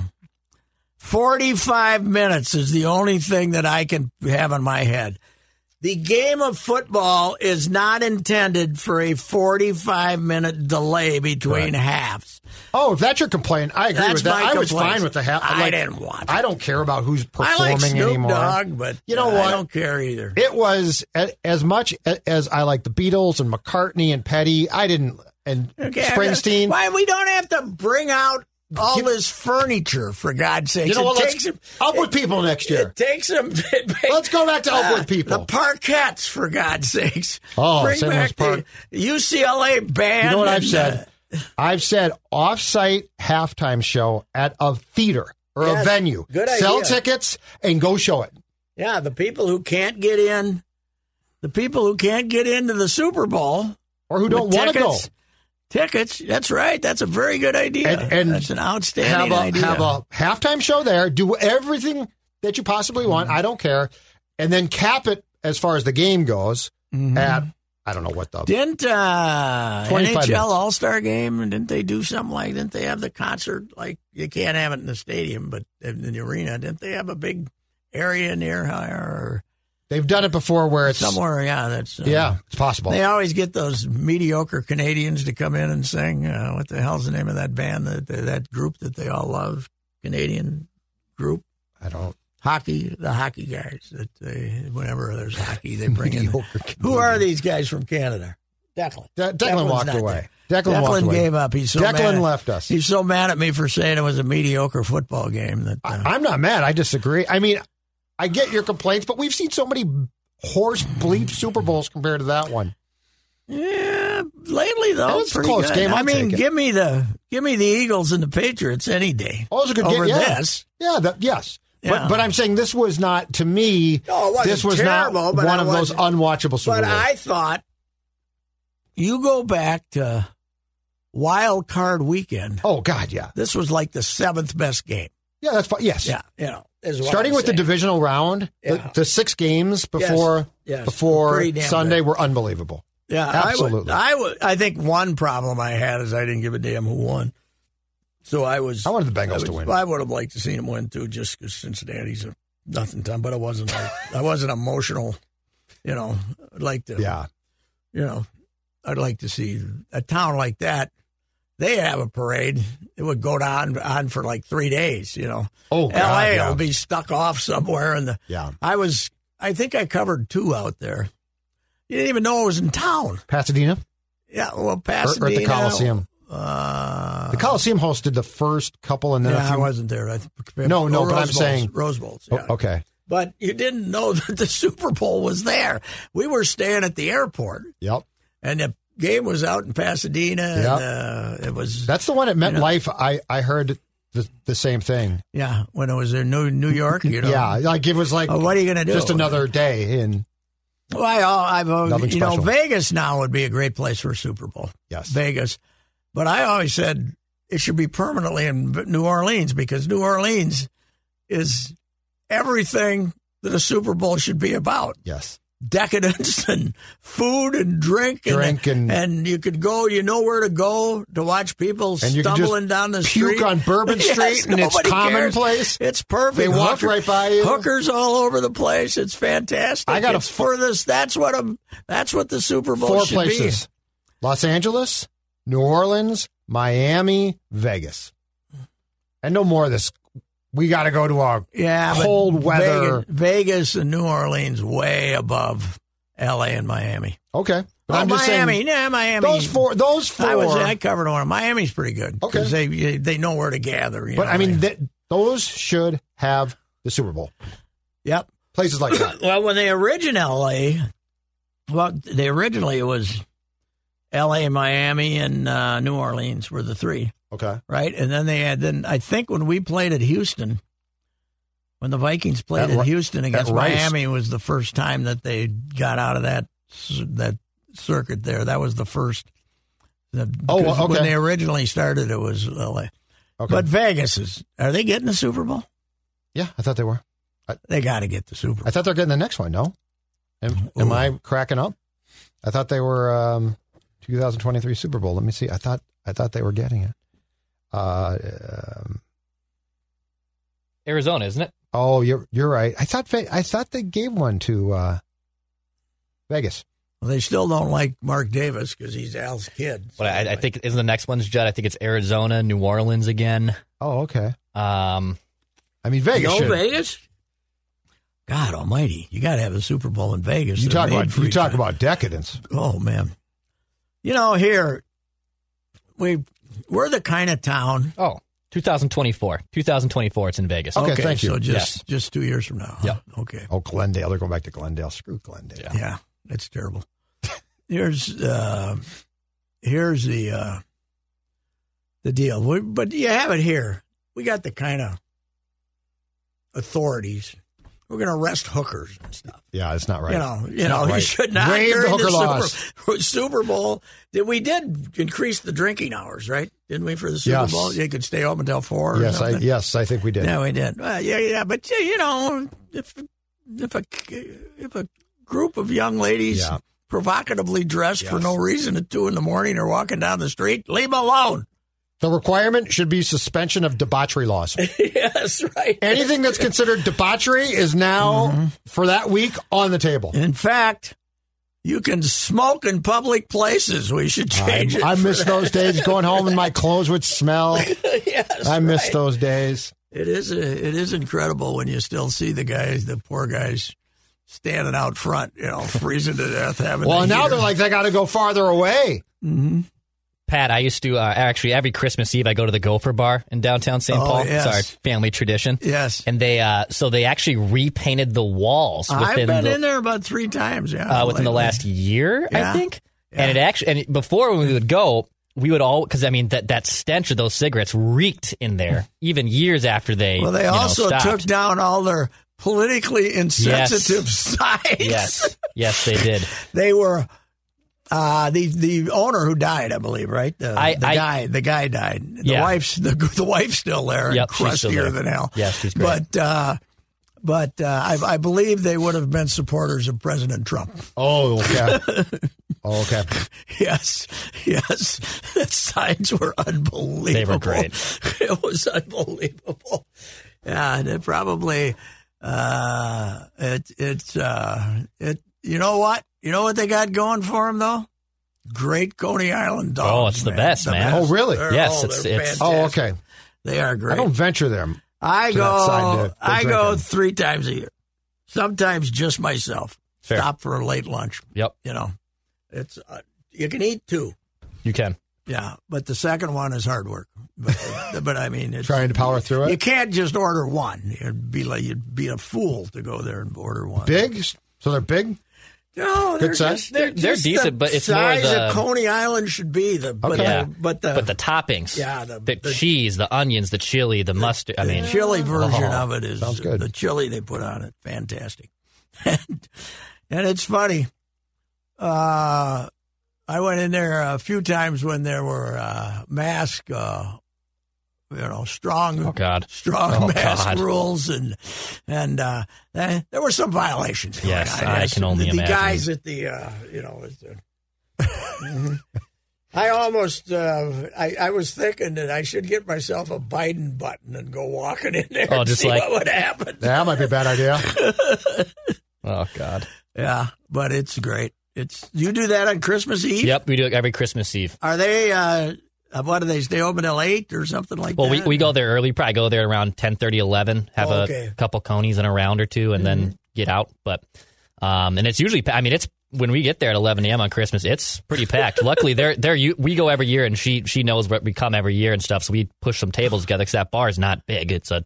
Speaker 2: 45 minutes is the only thing that I can have in my head. The game of football is not intended for a 45 minute delay between halves.
Speaker 4: Oh, if that's your complaint, I agree
Speaker 2: That's
Speaker 4: with that.
Speaker 2: my
Speaker 4: I was
Speaker 2: complaint.
Speaker 4: fine with the half.
Speaker 2: I didn't watch it.
Speaker 4: I don't care about who's
Speaker 2: I
Speaker 4: performing
Speaker 2: like Snoop
Speaker 4: anymore.
Speaker 2: Dogg, but
Speaker 4: You know
Speaker 2: uh,
Speaker 4: what?
Speaker 2: I don't care either.
Speaker 4: It was a- as much a- as I like the Beatles and McCartney and Petty. I didn't and
Speaker 2: Okay, I mean,
Speaker 4: Springsteen.
Speaker 2: Why we don't have to bring out all
Speaker 4: You-
Speaker 2: this furniture for God's sake?
Speaker 4: you know what?
Speaker 2: It
Speaker 4: Let's
Speaker 2: takes him.
Speaker 4: up with people next year.
Speaker 2: It takes them.
Speaker 4: Let's go back to up with
Speaker 2: uh, The
Speaker 4: people.
Speaker 2: parquettes, for God's sakes.
Speaker 4: Oh,
Speaker 2: bring
Speaker 4: St. Louis
Speaker 2: back
Speaker 4: Park.
Speaker 2: the UCLA band.
Speaker 4: you know what I've
Speaker 2: and, uh,
Speaker 4: said? I've said off-site halftime show at a theater or a
Speaker 2: Yes,
Speaker 4: venue.
Speaker 2: good
Speaker 4: Sell
Speaker 2: idea.
Speaker 4: tickets and go show it.
Speaker 2: Yeah, the people who can't get in, the people who can't get into the Super Bowl
Speaker 4: Or who don't
Speaker 2: with
Speaker 4: want to go.
Speaker 2: tickets- Tickets. That's right. That's a very good idea.
Speaker 4: And- and
Speaker 2: that's an
Speaker 4: have
Speaker 2: outstanding
Speaker 4: a
Speaker 2: idea.
Speaker 4: have a halftime show there. Do everything that you possibly want. I don't care, and then cap it as far as the game goes
Speaker 2: Mm-hmm.
Speaker 4: at I don't know what the
Speaker 2: Didn't uh,
Speaker 4: 25 minutes.
Speaker 2: NHL All Star Game? Didn't they do something like? Didn't they have the concert? Like you can't have it in the stadium, but in the arena. Didn't they have a big area near or
Speaker 4: they've done it before where it's
Speaker 2: somewhere? Yeah, that's uh,
Speaker 4: Yeah, it's possible.
Speaker 2: They always get those mediocre Canadians to come in and sing. Uh, what the hell's the name of that band? That that group that they all love, Canadian group
Speaker 4: I don't.
Speaker 2: hockey. The hockey guys that they whenever there's hockey they bring in.
Speaker 4: Mediocre
Speaker 2: Who are these guys from Canada? Declan.
Speaker 4: De- Declan
Speaker 2: Declan's
Speaker 4: walked
Speaker 2: not
Speaker 4: away.
Speaker 2: there.
Speaker 4: Declan walked away.
Speaker 2: gave up. He's so
Speaker 4: Declan
Speaker 2: mad.
Speaker 4: left us.
Speaker 2: He's so mad at me for saying it was a mediocre football game that uh,
Speaker 4: I, I'm not mad. I disagree. I mean, I get your complaints, but we've seen so many horse bleep Super Bowls compared to that one.
Speaker 2: Yeah, lately though,
Speaker 4: That was a
Speaker 2: pretty
Speaker 4: close
Speaker 2: good.
Speaker 4: game.
Speaker 2: I
Speaker 4: I'll
Speaker 2: mean,
Speaker 4: take it.
Speaker 2: give me the give me the Eagles and the Patriots any day.
Speaker 4: Oh, it was a good
Speaker 2: over
Speaker 4: game. Yeah.
Speaker 2: this.
Speaker 4: Yeah, that, yes.
Speaker 2: Yeah.
Speaker 4: But, but I'm saying this was not to me.
Speaker 2: No, it wasn't
Speaker 4: this was
Speaker 2: terrible,
Speaker 4: not
Speaker 2: but
Speaker 4: one
Speaker 2: I
Speaker 4: of those
Speaker 2: wasn't-
Speaker 4: unwatchable Super
Speaker 2: But
Speaker 4: Bowls.
Speaker 2: I thought you go back to wild card weekend.
Speaker 4: oh God, yeah,
Speaker 2: This was like the seventh best game.
Speaker 4: yeah, that's fine. Yes,
Speaker 2: Yeah, you know, is what
Speaker 4: starting
Speaker 2: I'm
Speaker 4: with the
Speaker 2: saying.
Speaker 4: divisional round,
Speaker 2: Yeah.
Speaker 4: the, the six games before
Speaker 2: yes. Pretty
Speaker 4: before
Speaker 2: damn
Speaker 4: Sunday
Speaker 2: good.
Speaker 4: were unbelievable.
Speaker 2: Yeah,
Speaker 4: Absolutely.
Speaker 2: I would, I would. I think one problem I had is I didn't give a damn who won. So I was.
Speaker 4: I wanted the Bengals
Speaker 2: I was-
Speaker 4: to win.
Speaker 2: I would have liked to see him win too, just because Cincinnati's a nothing time. But I wasn't. Like, I wasn't emotional. You know, I'd like to.
Speaker 4: Yeah,
Speaker 2: You know, I'd like to see a town like that. They have a parade. It would go on on for like three days. You know,
Speaker 4: Oh, God,
Speaker 2: L.A.
Speaker 4: yeah.
Speaker 2: will be stuck off somewhere, and the
Speaker 4: yeah.
Speaker 2: I was. I think I covered two out there. You didn't even know it was in town.
Speaker 4: Pasadena
Speaker 2: Yeah, well,
Speaker 4: or,
Speaker 2: Pasadena.
Speaker 4: or at the Coliseum.
Speaker 2: Uh,
Speaker 4: The Coliseum hosted the first couple, and then
Speaker 2: yeah, I
Speaker 4: a few.
Speaker 2: wasn't there. I, th-
Speaker 4: No, no,
Speaker 2: Rose
Speaker 4: but I'm
Speaker 2: Bowls,
Speaker 4: saying-
Speaker 2: Rose Bowls. yeah.
Speaker 4: Oh, okay,
Speaker 2: But you didn't know that the Super Bowl was there. We were staying at the airport,
Speaker 4: yep.
Speaker 2: and the game was out in Pasadena. And, uh, it was
Speaker 4: That's the one at MetLife. I I heard the the same thing.
Speaker 2: yeah when it was in New New York. You know,
Speaker 4: Yeah, like it was like
Speaker 2: Oh, what are you gonna do?
Speaker 4: Just another day in.
Speaker 2: Well, I, I've always,
Speaker 4: Nothing
Speaker 2: you know,
Speaker 4: special.
Speaker 2: Vegas now would be a great place for a Super Bowl.
Speaker 4: Yes.
Speaker 2: Vegas. But I always said it should be permanently in New Orleans because New Orleans is everything that a Super Bowl should be about
Speaker 4: Yes.
Speaker 2: decadence and food and drink,
Speaker 4: Drink and-
Speaker 2: and you could go you know where to go to watch people
Speaker 4: And you could
Speaker 2: stumbling
Speaker 4: just
Speaker 2: down the
Speaker 4: puke
Speaker 2: street
Speaker 4: on Bourbon
Speaker 2: Yes,
Speaker 4: Street and it's
Speaker 2: nobody cares.
Speaker 4: commonplace.
Speaker 2: it's perfect
Speaker 4: They walk
Speaker 2: Hooker-
Speaker 4: right by you.
Speaker 2: hookers all over the place it's fantastic
Speaker 4: I got a
Speaker 2: it's
Speaker 4: fo-
Speaker 2: for this that's what a that's what the Super Bowl
Speaker 4: Four
Speaker 2: should
Speaker 4: places: Los Angeles, New Orleans, Miami, Vegas, and no more. Of this we got to go to a
Speaker 2: be yeah but
Speaker 4: cold weather.
Speaker 2: Vegas, Vegas and New Orleans way above L.A. and Miami
Speaker 4: Okay, but
Speaker 2: oh,
Speaker 4: I'm just
Speaker 2: Miami
Speaker 4: saying
Speaker 2: yeah Miami
Speaker 4: those four. Those four.
Speaker 2: I was I covered one. Miami's pretty good. 'cause they they know where to gather. you
Speaker 4: but
Speaker 2: know,
Speaker 4: I mean,
Speaker 2: they-
Speaker 4: th- those should have the Super Bowl.
Speaker 2: yep.
Speaker 4: Places like that.
Speaker 2: Well, when they originally, well, they originally it was L.A., Miami, and uh, New Orleans were the three,
Speaker 4: Okay.
Speaker 2: right? And then they had then I think when we played at Houston, when the Vikings played
Speaker 4: At
Speaker 2: at,
Speaker 4: Ri-
Speaker 2: Houston against
Speaker 4: Rice.
Speaker 2: Miami, was the first time that they got out of that c- that circuit there. That was the first. The,
Speaker 4: Oh,
Speaker 2: because
Speaker 4: okay.
Speaker 2: When they originally started, it was L.A.
Speaker 4: Okay.
Speaker 2: But Vegas is are they getting the Super Bowl?
Speaker 4: yeah, I thought they were.
Speaker 2: They got to get the Super
Speaker 4: I
Speaker 2: Bowl.
Speaker 4: thought they're getting the next one. No, am, am
Speaker 2: Ooh.
Speaker 4: I cracking up? I thought they were um, 2023 Super Bowl. Let me see. I thought I thought they were getting it. Uh, um,
Speaker 5: Arizona, isn't it?
Speaker 4: oh, you're you're right. I thought Ve- I thought they gave one to uh, Vegas.
Speaker 2: Well, they still don't like Mark Davis because he's Al's kid.
Speaker 5: But I, I think isn't the next one's Judd? I think it's Arizona, New Orleans again.
Speaker 4: Oh, okay.
Speaker 5: Um,
Speaker 4: I mean Vegas.
Speaker 2: no
Speaker 4: should-
Speaker 2: Vegas. God Almighty, you got to have a Super Bowl in Vegas.
Speaker 4: You
Speaker 2: They're
Speaker 4: talk
Speaker 2: made
Speaker 4: about
Speaker 2: for
Speaker 4: you
Speaker 2: each
Speaker 4: talk
Speaker 2: other.
Speaker 4: about decadence.
Speaker 2: Oh man, you know here we we're the kind of town.
Speaker 5: oh, 2024, 2024. It's in Vegas.
Speaker 4: Okay, thank you.
Speaker 2: So just
Speaker 5: Yes.
Speaker 2: just two years from now. huh? Okay.
Speaker 4: Oh, Glendale. They're going back to Glendale. Screw Glendale.
Speaker 5: Yeah.
Speaker 2: Yeah, that's terrible. Here's uh, here's the uh, the deal. We, but you have it here. We got the kind of authorities. We're going to arrest hookers and stuff.
Speaker 4: Yeah, it's not right.
Speaker 2: You know, you know, you
Speaker 4: right.
Speaker 2: should not
Speaker 4: Waive the
Speaker 2: during
Speaker 4: hooker
Speaker 2: the
Speaker 4: laws.
Speaker 2: Super, Super Bowl. Did we did increase the drinking hours, right? Didn't we for the Super
Speaker 4: Yes.
Speaker 2: Bowl? You could stay open until four. Or
Speaker 4: yes, I,
Speaker 2: something?
Speaker 4: yes, I think we did.
Speaker 2: Yeah, we did. Well, yeah, yeah, but you you know, if if a if a group of young ladies
Speaker 4: Yeah.
Speaker 2: provocatively dressed for
Speaker 4: Yes.
Speaker 2: no reason at two in the morning are walking down the street, leave 'em alone.
Speaker 4: The requirement should be suspension of debauchery laws.
Speaker 2: yes, right.
Speaker 4: Anything that's considered debauchery is now for that week on the table.
Speaker 2: In fact, you can smoke in public places. We should
Speaker 4: I,
Speaker 2: change it.
Speaker 4: I
Speaker 2: for
Speaker 4: miss
Speaker 2: that.
Speaker 4: those days going home and my clothes would smell.
Speaker 2: yes,
Speaker 4: I miss
Speaker 2: right.
Speaker 4: those days.
Speaker 2: It is uh, it is incredible when you still see the guys, the poor guys, standing out front, you know, freezing to death, having.
Speaker 4: Well,
Speaker 2: the
Speaker 4: now
Speaker 2: heater.
Speaker 4: they're like, they got to go farther away.
Speaker 5: Pat, I used to uh, actually every Christmas Eve I go to the Gopher Bar in downtown St.
Speaker 2: Oh,
Speaker 5: Paul.
Speaker 2: yes.
Speaker 5: It's our family tradition.
Speaker 2: yes.
Speaker 5: And they uh, so they actually repainted the walls within
Speaker 2: I've been
Speaker 5: the
Speaker 2: in there about three times. Yeah,
Speaker 5: uh, within the
Speaker 2: lately.
Speaker 5: last year,
Speaker 2: Oh, Yeah.
Speaker 5: I think. And it actually, and before when we would go, we would all because I mean that that stench of those cigarettes reeked in there even years after they.
Speaker 2: Well, they
Speaker 5: you know,
Speaker 2: also
Speaker 5: stopped.
Speaker 2: took down all their politically insensitive sides.
Speaker 5: Yes, yes, they did.
Speaker 2: they were uh, the the owner who died, I believe, right? The,
Speaker 5: I-
Speaker 2: the
Speaker 5: I-
Speaker 2: guy, the guy died. The
Speaker 5: Yeah.
Speaker 2: wife's the, the wife's still there,
Speaker 5: Yep,
Speaker 2: and
Speaker 5: she's still
Speaker 2: crustier
Speaker 5: there.
Speaker 2: than hell.
Speaker 5: Yeah, she's great.
Speaker 2: but uh, but uh, I, I believe they would have been supporters of President Trump.
Speaker 4: Oh, okay. oh, okay.
Speaker 2: Yes, yes, the signs were unbelievable.
Speaker 5: They were great.
Speaker 2: It was unbelievable. Yeah, and it probably uh, it it's uh, it. You know what? You know what they got going for them though? Great Coney Island dogs.
Speaker 5: Oh, it's the best, man.
Speaker 4: Oh, really?
Speaker 2: They're-
Speaker 5: Yes,
Speaker 2: oh,
Speaker 5: it's-
Speaker 2: they're
Speaker 5: it's-
Speaker 4: Oh,
Speaker 2: fantastic.
Speaker 4: okay.
Speaker 2: They are
Speaker 4: I
Speaker 2: great.
Speaker 4: don't venture there.
Speaker 2: I
Speaker 4: to that side
Speaker 2: go.
Speaker 4: to- to
Speaker 2: I
Speaker 4: drink
Speaker 2: go
Speaker 4: them.
Speaker 2: three times a year. Sometimes just myself.
Speaker 5: Fair.
Speaker 2: Stop for a late lunch.
Speaker 5: Yep,
Speaker 2: You know, it's uh, you can eat two.
Speaker 5: you can.
Speaker 2: Yeah, but the second one is hard work. But, but I mean, it's,
Speaker 4: Trying to power through
Speaker 2: you
Speaker 4: it.
Speaker 2: can't just order one. You'd be like you'd be a fool to go there and order one.
Speaker 4: Big? So they're big?
Speaker 2: no, they're
Speaker 4: Good size?
Speaker 2: just-
Speaker 5: They're- they're
Speaker 2: just the
Speaker 5: decent, but it's more
Speaker 2: size
Speaker 5: the-
Speaker 2: of Coney Island should be the but
Speaker 4: Okay.
Speaker 2: the,
Speaker 5: Yeah.
Speaker 2: but the,
Speaker 5: But the toppings,
Speaker 2: Yeah, the-
Speaker 5: the,
Speaker 2: the-
Speaker 5: cheese, the onions, the chili, the mustard. I
Speaker 2: the
Speaker 5: mean,
Speaker 2: chili version
Speaker 4: Oh,
Speaker 2: of it is
Speaker 4: sounds good.
Speaker 2: the chili they put on it. Fantastic, and and it's funny. Uh, I went in there a few times when there were uh, mask, uh, you know, strong
Speaker 5: oh god,
Speaker 2: strong
Speaker 5: Oh,
Speaker 2: mask
Speaker 5: God.
Speaker 2: rules and and uh, eh, there were some violations. going
Speaker 5: Yes,
Speaker 2: on.
Speaker 5: I can only
Speaker 2: the,
Speaker 5: imagine.
Speaker 2: the guys at the uh, you know. it's, uh, I almost uh, I, I was thinking that I should get myself a Biden button and go walking in there.
Speaker 5: Oh,
Speaker 2: and
Speaker 5: just
Speaker 2: see
Speaker 5: like-
Speaker 2: what would happen.
Speaker 4: That might be a bad idea.
Speaker 5: oh god.
Speaker 2: Yeah, but it's great. It's you do that on Christmas Eve.
Speaker 5: Yep, we do it every Christmas Eve.
Speaker 2: Are they? Uh, uh, what do they stay open till eight or something like
Speaker 5: Well,
Speaker 2: that?
Speaker 5: we, we go there early. Probably go there around 10, 11, have
Speaker 2: Oh,
Speaker 5: a
Speaker 2: okay. Mm-hmm.
Speaker 5: couple conies and a round or two, and then get out. But um, and it's usually, pa- I mean, it's when we get there at eleven a.m. on Christmas, it's pretty packed. Luckily, they're they're you, we go every year, and she she knows what we come every year and stuff. So we push some tables together because that bar is not big. It's a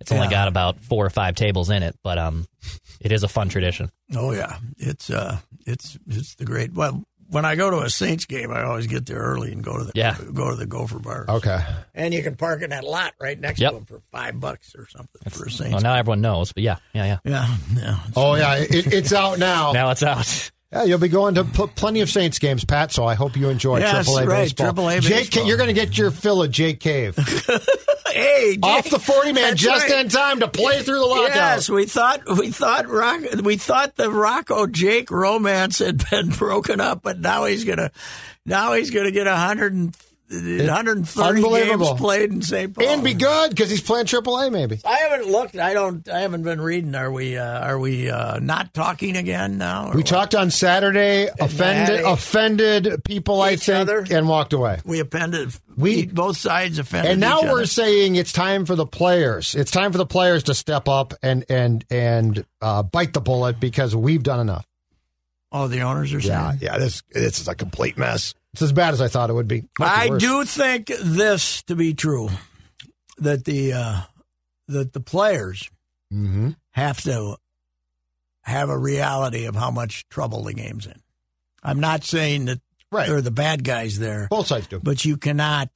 Speaker 5: it's only
Speaker 2: Yeah.
Speaker 5: got about four or five tables in it, but um, it is a fun tradition.
Speaker 2: Oh yeah, it's uh, it's it's the great. Well, when I go to a Saints game, I always get there early and go to the
Speaker 5: Yeah.
Speaker 2: go to the Gopher Bar,
Speaker 4: Okay.
Speaker 2: and you can park in that lot right next
Speaker 5: Yep.
Speaker 2: to them for five bucks or something for a
Speaker 5: Well,
Speaker 2: Saints.
Speaker 5: now everyone knows, but yeah, yeah, yeah.
Speaker 2: yeah, yeah.
Speaker 4: Oh, yeah. It, it's out
Speaker 2: Oh.
Speaker 4: now.
Speaker 5: Now it's out.
Speaker 4: Yeah, you'll be going to pl- plenty of Saints games, Pat. So I hope you enjoy
Speaker 2: Yes, right,
Speaker 4: AAA baseball.
Speaker 2: AAA
Speaker 4: Jake,
Speaker 2: baseball.
Speaker 4: you're going to get your fill of Jake Cave
Speaker 2: Hey,
Speaker 4: off
Speaker 2: Jay-
Speaker 4: the forty man
Speaker 2: That's
Speaker 4: just
Speaker 2: right.
Speaker 4: in time to play through the lockout.
Speaker 2: Yes, we thought we thought Rock, we thought the Rocco Jake romance had been broken up, but now he's gonna now he's gonna get a hundred and. 130 games
Speaker 4: unbelievable.
Speaker 2: played in St. Paul.
Speaker 4: and be good because he's playing AAA. Maybe
Speaker 2: I haven't looked. I don't. I haven't been reading. Are we? Uh, are we uh, not talking again now? or
Speaker 4: we
Speaker 2: what?
Speaker 4: talked on Saturday,
Speaker 2: Maddie.
Speaker 4: offended offended people, I
Speaker 2: Each
Speaker 4: think,
Speaker 2: other.
Speaker 4: and walked away.
Speaker 2: We offended.
Speaker 4: We-
Speaker 2: We both sides offended.
Speaker 4: And now
Speaker 2: each
Speaker 4: we're
Speaker 2: other.
Speaker 4: saying it's time for the players. It's time for the players to step up and and and uh, bite the bullet because we've done enough.
Speaker 2: Oh, the owners are saying.
Speaker 4: yeah. This this is a complete mess. It's as bad as I thought it would be. Might
Speaker 2: I
Speaker 4: be worse.
Speaker 2: do think this to be true, that the uh, that the players
Speaker 4: Mhm.
Speaker 2: have to have a reality of how much trouble the game's in. I'm not saying that
Speaker 4: Right.
Speaker 2: they're the bad guys there,
Speaker 4: Both sides do.
Speaker 2: but you cannot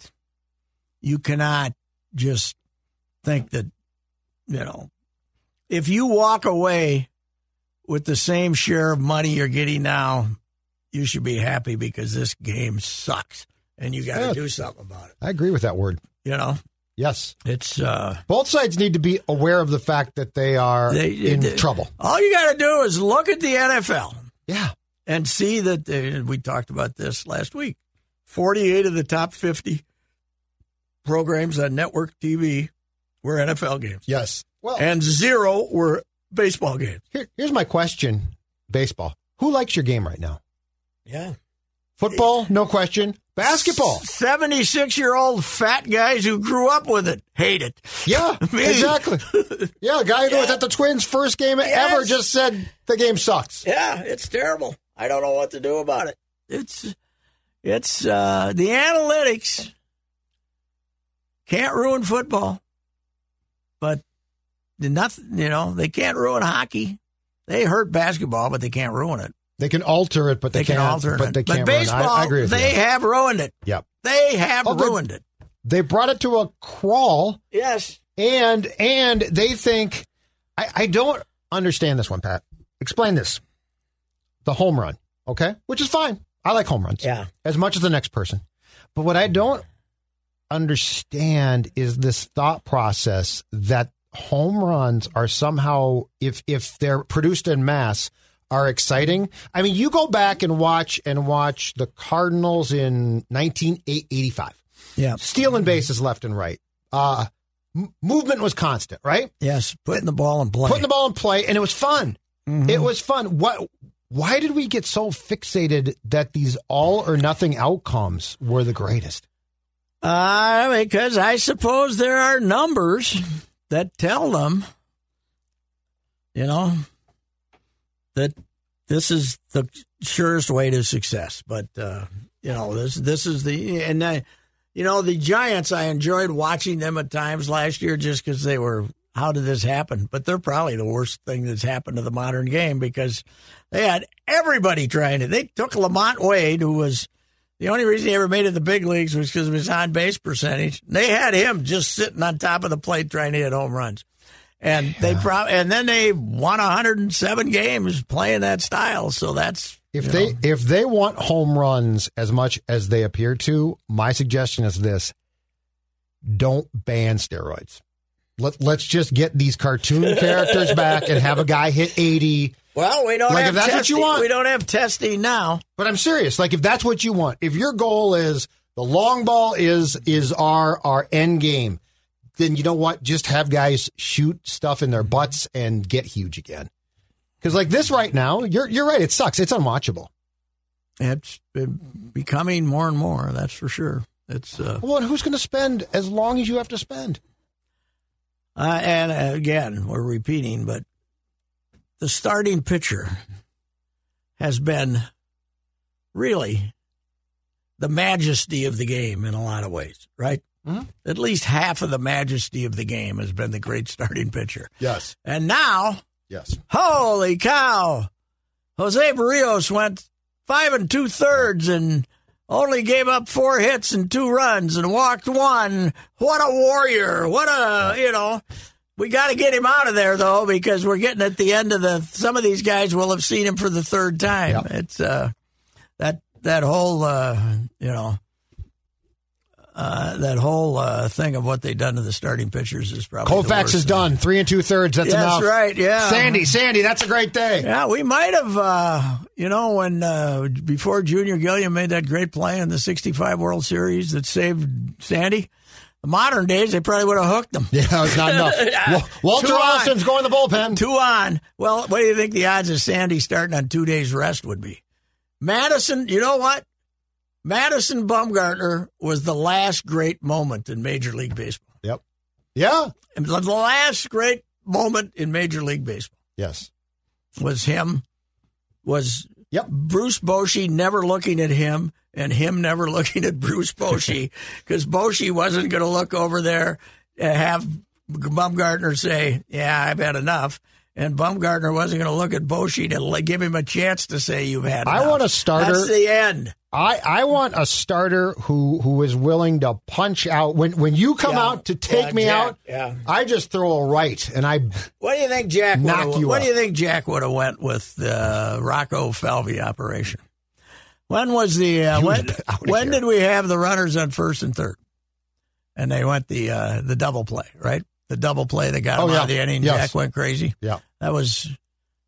Speaker 2: you cannot just think that you know if you walk away with the same share of money you're getting now you should be happy because this game sucks and you got to
Speaker 4: Yeah.
Speaker 2: do something about it
Speaker 4: I agree with that word.
Speaker 2: you know
Speaker 4: Yes.
Speaker 2: it's uh
Speaker 4: Both sides need to be aware of the fact that they are
Speaker 2: They-
Speaker 4: in
Speaker 2: they-
Speaker 4: trouble.
Speaker 2: all you got to do is look at the NFL
Speaker 4: Yeah.
Speaker 2: and see that uh, we talked about this last week 48 of the top 50 programs on network TV were NFL games
Speaker 4: Yes. Well,
Speaker 2: and zero were baseball games.
Speaker 4: here, here's my question baseball. Who likes your game right now?
Speaker 2: Yeah.
Speaker 4: Football, no question. Basketball.
Speaker 2: 76 year old fat guys who grew up with it hate it.
Speaker 4: Yeah,
Speaker 2: Me.
Speaker 4: exactly. Yeah, the guy who was at the Twins' first game ever
Speaker 2: Yes.
Speaker 4: just said the game sucks.
Speaker 2: Yeah, it's terrible. I don't know what to do about it. It's it's uh the analytics can't ruin football. But the nothing, you know, they can't ruin hockey. They hurt basketball, but they can't ruin it.
Speaker 4: They can alter it, but they,
Speaker 2: They can
Speaker 4: can't-
Speaker 2: alter it.
Speaker 4: But they can't. run. I-
Speaker 2: baseball,
Speaker 4: I, agree with
Speaker 2: they
Speaker 4: you.
Speaker 2: have ruined it.
Speaker 4: Yep.
Speaker 2: They have
Speaker 4: Oh, they-
Speaker 2: ruined it.
Speaker 4: They brought it to a crawl,
Speaker 2: Yes.
Speaker 4: and and they think. I, I don't understand this one, Pat. Explain this. The home run, okay, which is fine. I like home runs.
Speaker 2: Yeah.
Speaker 4: as much as the next person. But what I don't understand is this thought process that home runs are somehow if if they're produced in mass are exciting. I mean, you go back and watch and watch the Cardinals in 1985.
Speaker 2: Yeah.
Speaker 4: Stealing bases left and right. Uh m- movement was constant, right?
Speaker 2: Yes. Putting the ball in play.
Speaker 4: Putting the ball in play and it was fun. It was fun. What why did we get so fixated that these all or nothing outcomes were the greatest?
Speaker 2: Uh, because I suppose there are numbers that tell them, you know, that this is the surest way to success. But uh, you know, this this is the and I, you know the Giants. I enjoyed watching them at times last year just because they were. How did this happen? But they're probably the worst thing that's happened to the modern game because they had everybody trying it. They took Lamont Wade, who was the only reason he ever made it to the big leagues was because of his on base percentage. They had him just sitting on top of the plate trying to hit home runs. And they prob- and then they won 107 games playing that style. So that's
Speaker 4: If
Speaker 2: you
Speaker 4: they
Speaker 2: know,
Speaker 4: if they want home runs as much as they appear to, my suggestion is this: don't ban steroids. Let let's just get these cartoon characters back and have a guy hit eighty.
Speaker 2: well, we don't
Speaker 4: Like, if
Speaker 2: have
Speaker 4: that's what you
Speaker 2: testing.
Speaker 4: want-
Speaker 2: We don't have testing now.
Speaker 4: But I'm serious. Like if that's what you want, if your goal is the long ball is is our our end game, then you know what? Just have guys shoot stuff in their butts and get huge again. Because like this right now, you're you're right. It sucks. It's unwatchable.
Speaker 2: It's been becoming more and more. That's for sure. It's uh,
Speaker 4: Well, and who's going to spend as long as you have to spend?
Speaker 2: Uh, and again, we're repeating, but the starting pitcher has been really the majesty of the game in a lot of ways, right? At least half of the majesty of the game has been the great starting pitcher.
Speaker 4: Yes.
Speaker 2: And now,
Speaker 4: Yes.
Speaker 2: holy cow, Jose Barrios went five and two thirds and only gave up four hits and two runs and walked one. What a warrior. What a, you know. We got to get him out of there though, because we're getting at the end of the. Some of these guys will have seen him for the third time. It's uh, that that whole uh, you know uh, that whole uh, thing of what they done to the starting pitchers is probably the
Speaker 4: Colfax
Speaker 2: worst
Speaker 4: is
Speaker 2: thing.
Speaker 4: done. Three and two thirds. That's
Speaker 2: That's
Speaker 4: enough.
Speaker 2: right, yeah.
Speaker 4: Sandy, Sandy, that's a great day.
Speaker 2: Yeah, we might have, uh, you know, when uh, before Junior Gilliam made that great play in the '65 World Series that saved Sandy. The modern days, they probably would have hooked him.
Speaker 4: Yeah, it's not enough. Wa- Walter
Speaker 2: Too high.
Speaker 4: Olson's going to the bullpen.
Speaker 2: Two on. Well, what do you think the odds of Sandy starting on two days rest would be? Madison, you know what? Madison Bumgartner was the last great moment in Major League Baseball.
Speaker 4: Yep. Yeah.
Speaker 2: And The last great moment in Major League Baseball
Speaker 4: Yes.
Speaker 2: was him, was
Speaker 4: Yep.
Speaker 2: Bruce Boshi never looking at him and him never looking at Bruce Boshi because Boshi wasn't going to look over there and have Bumgartner say, Yeah, I've had enough. And Bumgartner wasn't going to look at Boshi to like, give him a chance to say, You've had
Speaker 4: I
Speaker 2: enough.
Speaker 4: want a starter-
Speaker 2: That's the end.
Speaker 4: I, I want a starter who who is willing to punch out when when you come
Speaker 2: Yeah.
Speaker 4: out to take
Speaker 2: Yeah,
Speaker 4: me
Speaker 2: Jack,
Speaker 4: out.
Speaker 2: yeah.
Speaker 4: I just throw a right and I
Speaker 2: What do you think Jack would
Speaker 4: Knock
Speaker 2: have,
Speaker 4: you
Speaker 2: What do
Speaker 4: out.
Speaker 2: you think Jack would have went with the Rocco Falvey operation? When was the uh,
Speaker 4: He would
Speaker 2: when
Speaker 4: have been out of
Speaker 2: when
Speaker 4: here.
Speaker 2: did we have the runners on first and third? And they went the uh, the double play, right? The double play that got
Speaker 4: Oh,
Speaker 2: him
Speaker 4: yeah.
Speaker 2: out of the inning.
Speaker 4: Yes.
Speaker 2: Jack went crazy.
Speaker 4: yeah.
Speaker 2: That was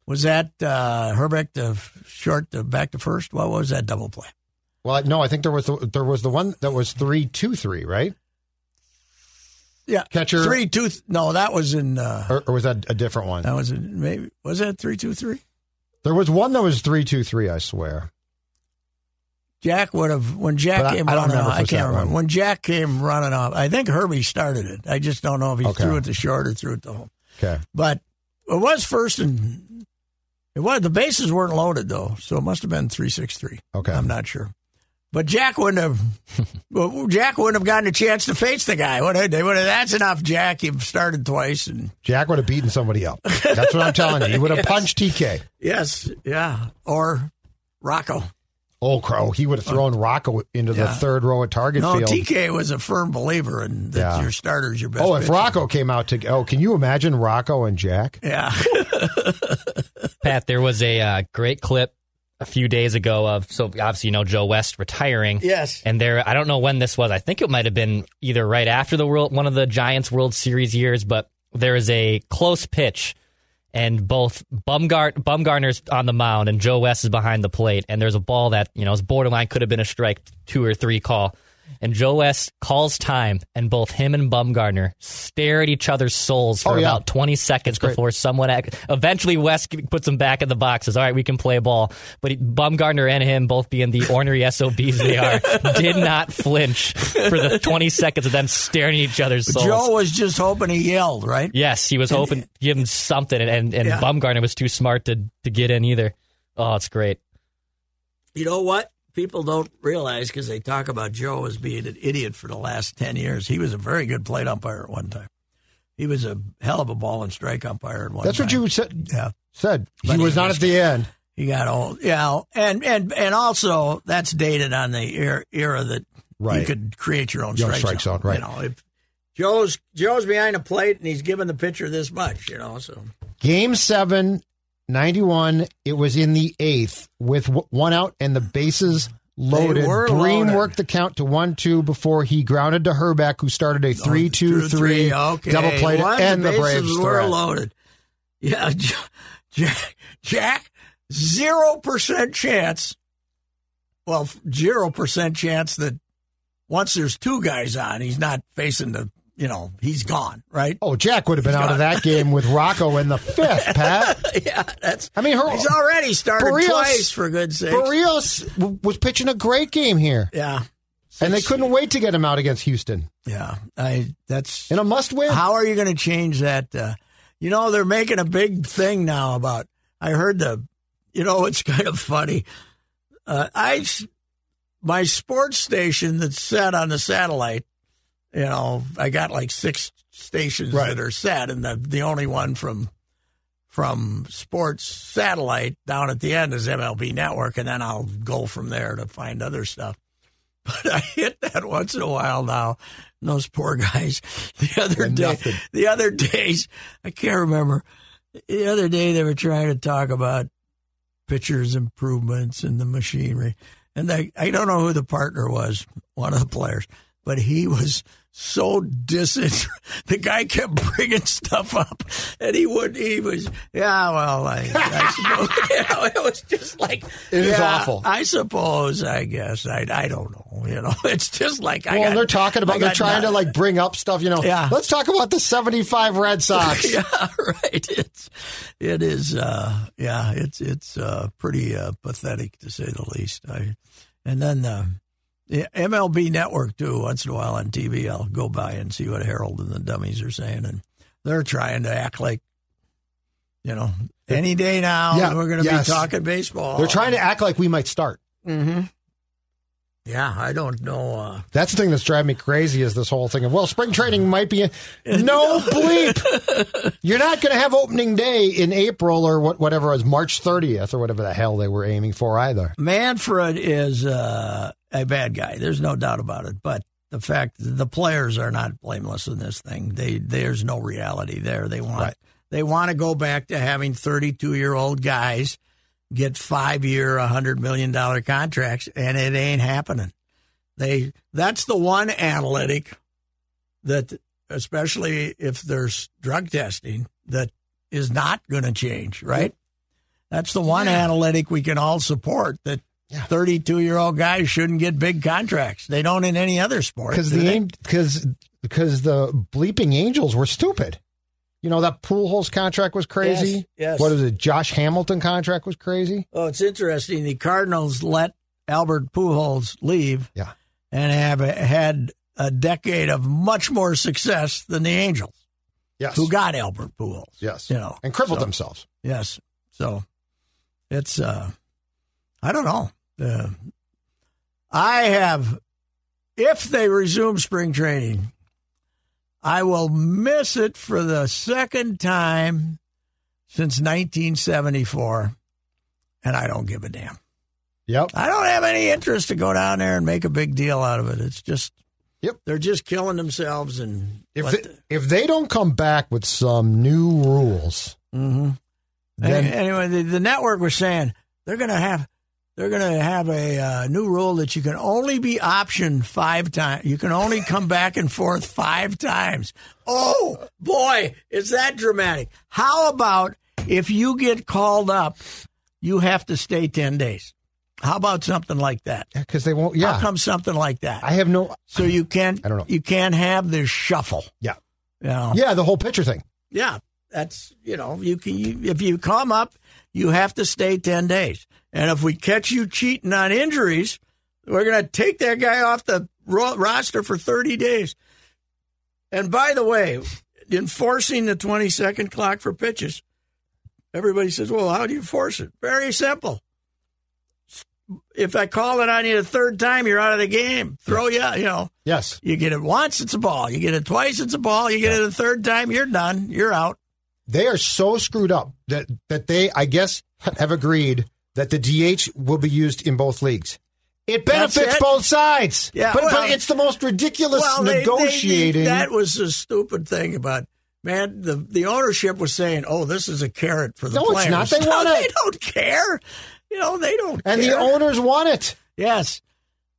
Speaker 2: was that uh, Herbeck to short to back to first. What was that double play?
Speaker 4: Well, no, I think there was the, there was the one that was three two three right
Speaker 2: Yeah,
Speaker 4: Catcher-
Speaker 2: three two. Th- no, that was in uh,
Speaker 4: or, or was that a different one?
Speaker 2: that was in maybe was that three two three.
Speaker 4: There was one that was three two three. I swear.
Speaker 2: Jack would have when Jack
Speaker 4: But I-
Speaker 2: came
Speaker 4: I don't
Speaker 2: running
Speaker 4: remember
Speaker 2: off. I
Speaker 4: if it was that
Speaker 2: can't remember
Speaker 4: one.
Speaker 2: when Jack came running off. I think Herbie started it. I just don't know if he
Speaker 4: Okay.
Speaker 2: threw it to short or threw it to home.
Speaker 4: Okay.
Speaker 2: But it was first and it was the bases weren't loaded though, so it must have been three six three.
Speaker 4: Okay.
Speaker 2: I'm not sure. But Jack wouldn't have. well, Jack wouldn't have gotten a chance to face the guy. Would have, they would have. That's enough, Jack. You've started twice, and
Speaker 4: Jack would have beaten somebody up. That's what I'm telling you. He would have punched TK.
Speaker 2: yes, yeah, or Rocco.
Speaker 4: Oh, Crow, he would have thrown Rocco into the
Speaker 2: Yeah.
Speaker 4: third row at Target
Speaker 2: No,
Speaker 4: Field.
Speaker 2: TK was a firm believer in that
Speaker 4: Yeah.
Speaker 2: your starter's your best.
Speaker 4: oh, if
Speaker 2: pitcher.
Speaker 4: Rocco came out to oh, can you imagine Rocco and Jack?
Speaker 2: Yeah.
Speaker 5: Pat, there was a uh, great clip a few days ago of so obviously you know Joe West retiring.
Speaker 2: yes.
Speaker 5: And there, I don't know when this was. I think it might have been either right after the world, one of the Giants World Series years. But there is a close pitch, and both Bumgart, Bumgarner's on the mound, and Joe West is behind the plate. And there's a ball that you know is borderline could have been a strike two or three call. And Joe West calls time, and both him and Bumgarner stare at each other's souls
Speaker 4: Oh,
Speaker 5: for
Speaker 4: yeah.
Speaker 5: about 20 seconds before someone ac- eventually West puts him back in the box. Says, "All right, we can play ball." But he, Bumgarner and him, both being the ornery SOBs they are, did not flinch for the 20 seconds of them staring at each other's souls.
Speaker 2: Joe was just hoping he yelled, right?
Speaker 5: yes, he was hoping to give him something, and and, and
Speaker 2: Yeah.
Speaker 5: Bumgarner was too smart to to get in either. Oh, it's great.
Speaker 2: You know what? People don't realize because they talk about Joe as being an idiot for the last 10 years. He was a very good plate umpire at one time. He was a hell of a ball and strike umpire at one
Speaker 4: That's
Speaker 2: time.
Speaker 4: what you said.
Speaker 2: Yeah.
Speaker 4: Said he
Speaker 2: But
Speaker 4: was
Speaker 2: he
Speaker 4: not
Speaker 2: was-
Speaker 4: at the end.
Speaker 2: He got old. Yeah. And, and, and also, that's dated on the era, era that you
Speaker 4: Right.
Speaker 2: could create your own
Speaker 4: Your own
Speaker 2: strike,
Speaker 4: strike zone, right.
Speaker 2: You know, if Joe's, Joe's behind the plate and he's giving the pitcher this much, you know, so.
Speaker 4: Game seven, 91, It was in the eighth with w- one out and the bases loaded.
Speaker 2: were
Speaker 4: Breen
Speaker 2: loaded.
Speaker 4: worked the count to one two before he grounded to Herbeck, who started
Speaker 2: Oh,
Speaker 4: a Oh, three two three
Speaker 2: okay.
Speaker 4: double play to
Speaker 2: One,
Speaker 4: end the,
Speaker 2: bases
Speaker 4: Braves'
Speaker 2: were
Speaker 4: threat.
Speaker 2: loaded. Yeah, J- Jack, Jack, zero percent chance. Well, zero percent chance that once there's two guys on, he's not facing the. You know, he's gone. Right?
Speaker 4: Oh, Jack would have been out of that game with Rocco in the fifth, Pat.
Speaker 2: yeah, that's.
Speaker 4: I mean, her,
Speaker 2: He's already started
Speaker 4: Barrios-
Speaker 2: twice for good sake.
Speaker 4: Barrios w- was pitching a great game here,
Speaker 2: Yeah,
Speaker 4: and they couldn't wait to get him out against Houston
Speaker 2: yeah. I that's
Speaker 4: in a must win.
Speaker 2: How are you going to change that? Uh, you know, they're making a big thing now about. I heard the. You know, it's kind of funny. Uh, I, s- my sports station that's set on the satellite. You know, I got like six stations
Speaker 4: Right.
Speaker 2: that are set, and the the only one from from sports satellite down at the end is MLB Network, and then I'll go from there to find other stuff. But I hit that once in a while now. And those poor guys. The other
Speaker 4: They're
Speaker 2: day,
Speaker 4: nothing.
Speaker 2: the other days, I can't remember. The other day they were trying to talk about pitchers' improvements and the machinery, and I, I don't know who the partner was, one of the players, but he was so disinterested. The guy kept bringing stuff up, and he would. He was, yeah, well, I, I suppose, you know, it was just like
Speaker 4: It is
Speaker 2: yeah,
Speaker 4: awful.
Speaker 2: I suppose. I guess. I. I don't know. You know. It's just like I.
Speaker 4: Well,
Speaker 2: got-
Speaker 4: and they're talking
Speaker 2: I
Speaker 4: about they're
Speaker 2: got
Speaker 4: trying to
Speaker 2: nothing.
Speaker 4: like bring up stuff. You know,
Speaker 2: Yeah.
Speaker 4: let's talk about the '75 Red Sox.
Speaker 2: Yeah, right. It's. It is. Uh. Yeah. It's. It's. Uh. Pretty. Uh. Pathetic to say the least. I. And then. Uh, the MLB Network too. Once in a while on TV, I'll go by and see what Harold and the Dummies are saying, and they're trying to act like, you know, any day now
Speaker 4: Yeah,
Speaker 2: we're going to
Speaker 4: yes.
Speaker 2: be talking baseball.
Speaker 4: They're trying to act like we might start.
Speaker 2: Yeah, I don't know. Uh,
Speaker 4: That's the thing that's driving me crazy is this whole thing of well, spring training might be no bleep. You're not going to have opening day in April or what, whatever it was March 30th or whatever the hell they were aiming for either.
Speaker 2: Manfred is uh, a bad guy. There's no doubt about it. But the fact the players are not blameless in this thing. They there's no reality there. They want they want to go back to having 32 year old guys get five year, 100 million dollar contracts, and it ain't happening. They that's the one analytic that, especially if there's drug testing, that is not going to change. Right. That's the one analytic we can all support that 32 year old guys shouldn't get big contracts. They don't in any other sport.
Speaker 4: Because
Speaker 2: do
Speaker 4: the
Speaker 2: they?
Speaker 4: aim, because because the bleeping Angels were stupid. You know that Pujols contract was crazy.
Speaker 2: Yes, yes.
Speaker 4: What is it? Josh Hamilton contract was crazy.
Speaker 2: Oh, it's interesting. The Cardinals let Albert Pujols leave
Speaker 4: Yeah.
Speaker 2: and have had a decade of much more success than the Angels,
Speaker 4: Yes.
Speaker 2: who got Albert Pujols.
Speaker 4: yes.
Speaker 2: You know,
Speaker 4: and crippled
Speaker 2: so-
Speaker 4: themselves.
Speaker 2: Yes. So it's uh I don't know. Uh, I have if they resume spring training, I will miss it for the second time since 1974 and I don't give a damn.
Speaker 4: Yep.
Speaker 2: I don't have any interest to go down there and make a big deal out of it. It's just,
Speaker 4: Yep.
Speaker 2: they're just killing themselves. And
Speaker 4: If
Speaker 2: let
Speaker 4: they, if they don't come back with some new rules,
Speaker 2: Mhm.
Speaker 4: then
Speaker 2: Any- anyway, the, the network was saying they're going to have they're going to have a uh, new rule that you can only be optioned five times. You can only come back and forth five times. Oh boy, is that dramatic? How about if you get called up, you have to stay ten days? How about something like that?
Speaker 4: because they won't.
Speaker 2: How
Speaker 4: Yeah,
Speaker 2: come something like that?
Speaker 4: I have no.
Speaker 2: so you can't
Speaker 4: I don't know.
Speaker 2: you can't have this shuffle.
Speaker 4: Yeah,
Speaker 2: You know?
Speaker 4: yeah, the whole pitcher thing.
Speaker 2: Yeah, that's you know you can you, if you come up, you have to stay ten days, and if we catch you cheating on injuries, we're gonna take that guy off the ro- roster for thirty days. And by the way, enforcing the twenty second clock for pitches, everybody says, "Well, how do you force it?" Very simple. If I call it on you the third time, you're out of the game. Throw you, out, you know.
Speaker 4: Yes,
Speaker 2: You get it once, it's a ball. You get it twice, it's a ball. You get it a third time, you're done. You're out.
Speaker 4: they are so screwed up that that they, I guess, have agreed that the DH will be used in both leagues. It
Speaker 2: That's
Speaker 4: benefits
Speaker 2: it.
Speaker 4: both sides.
Speaker 2: Yeah,
Speaker 4: but,
Speaker 2: well-
Speaker 4: but it's the most ridiculous
Speaker 2: they- they-
Speaker 4: negotiating.
Speaker 2: that was the stupid thing about man. The the ownership was saying, "Oh, this is a carrot for the
Speaker 4: No, it's
Speaker 2: players."
Speaker 4: not. They
Speaker 2: No,
Speaker 4: want it.
Speaker 2: They don't care. You know, they don't.
Speaker 4: and the
Speaker 2: care.
Speaker 4: owners want it.
Speaker 2: yes.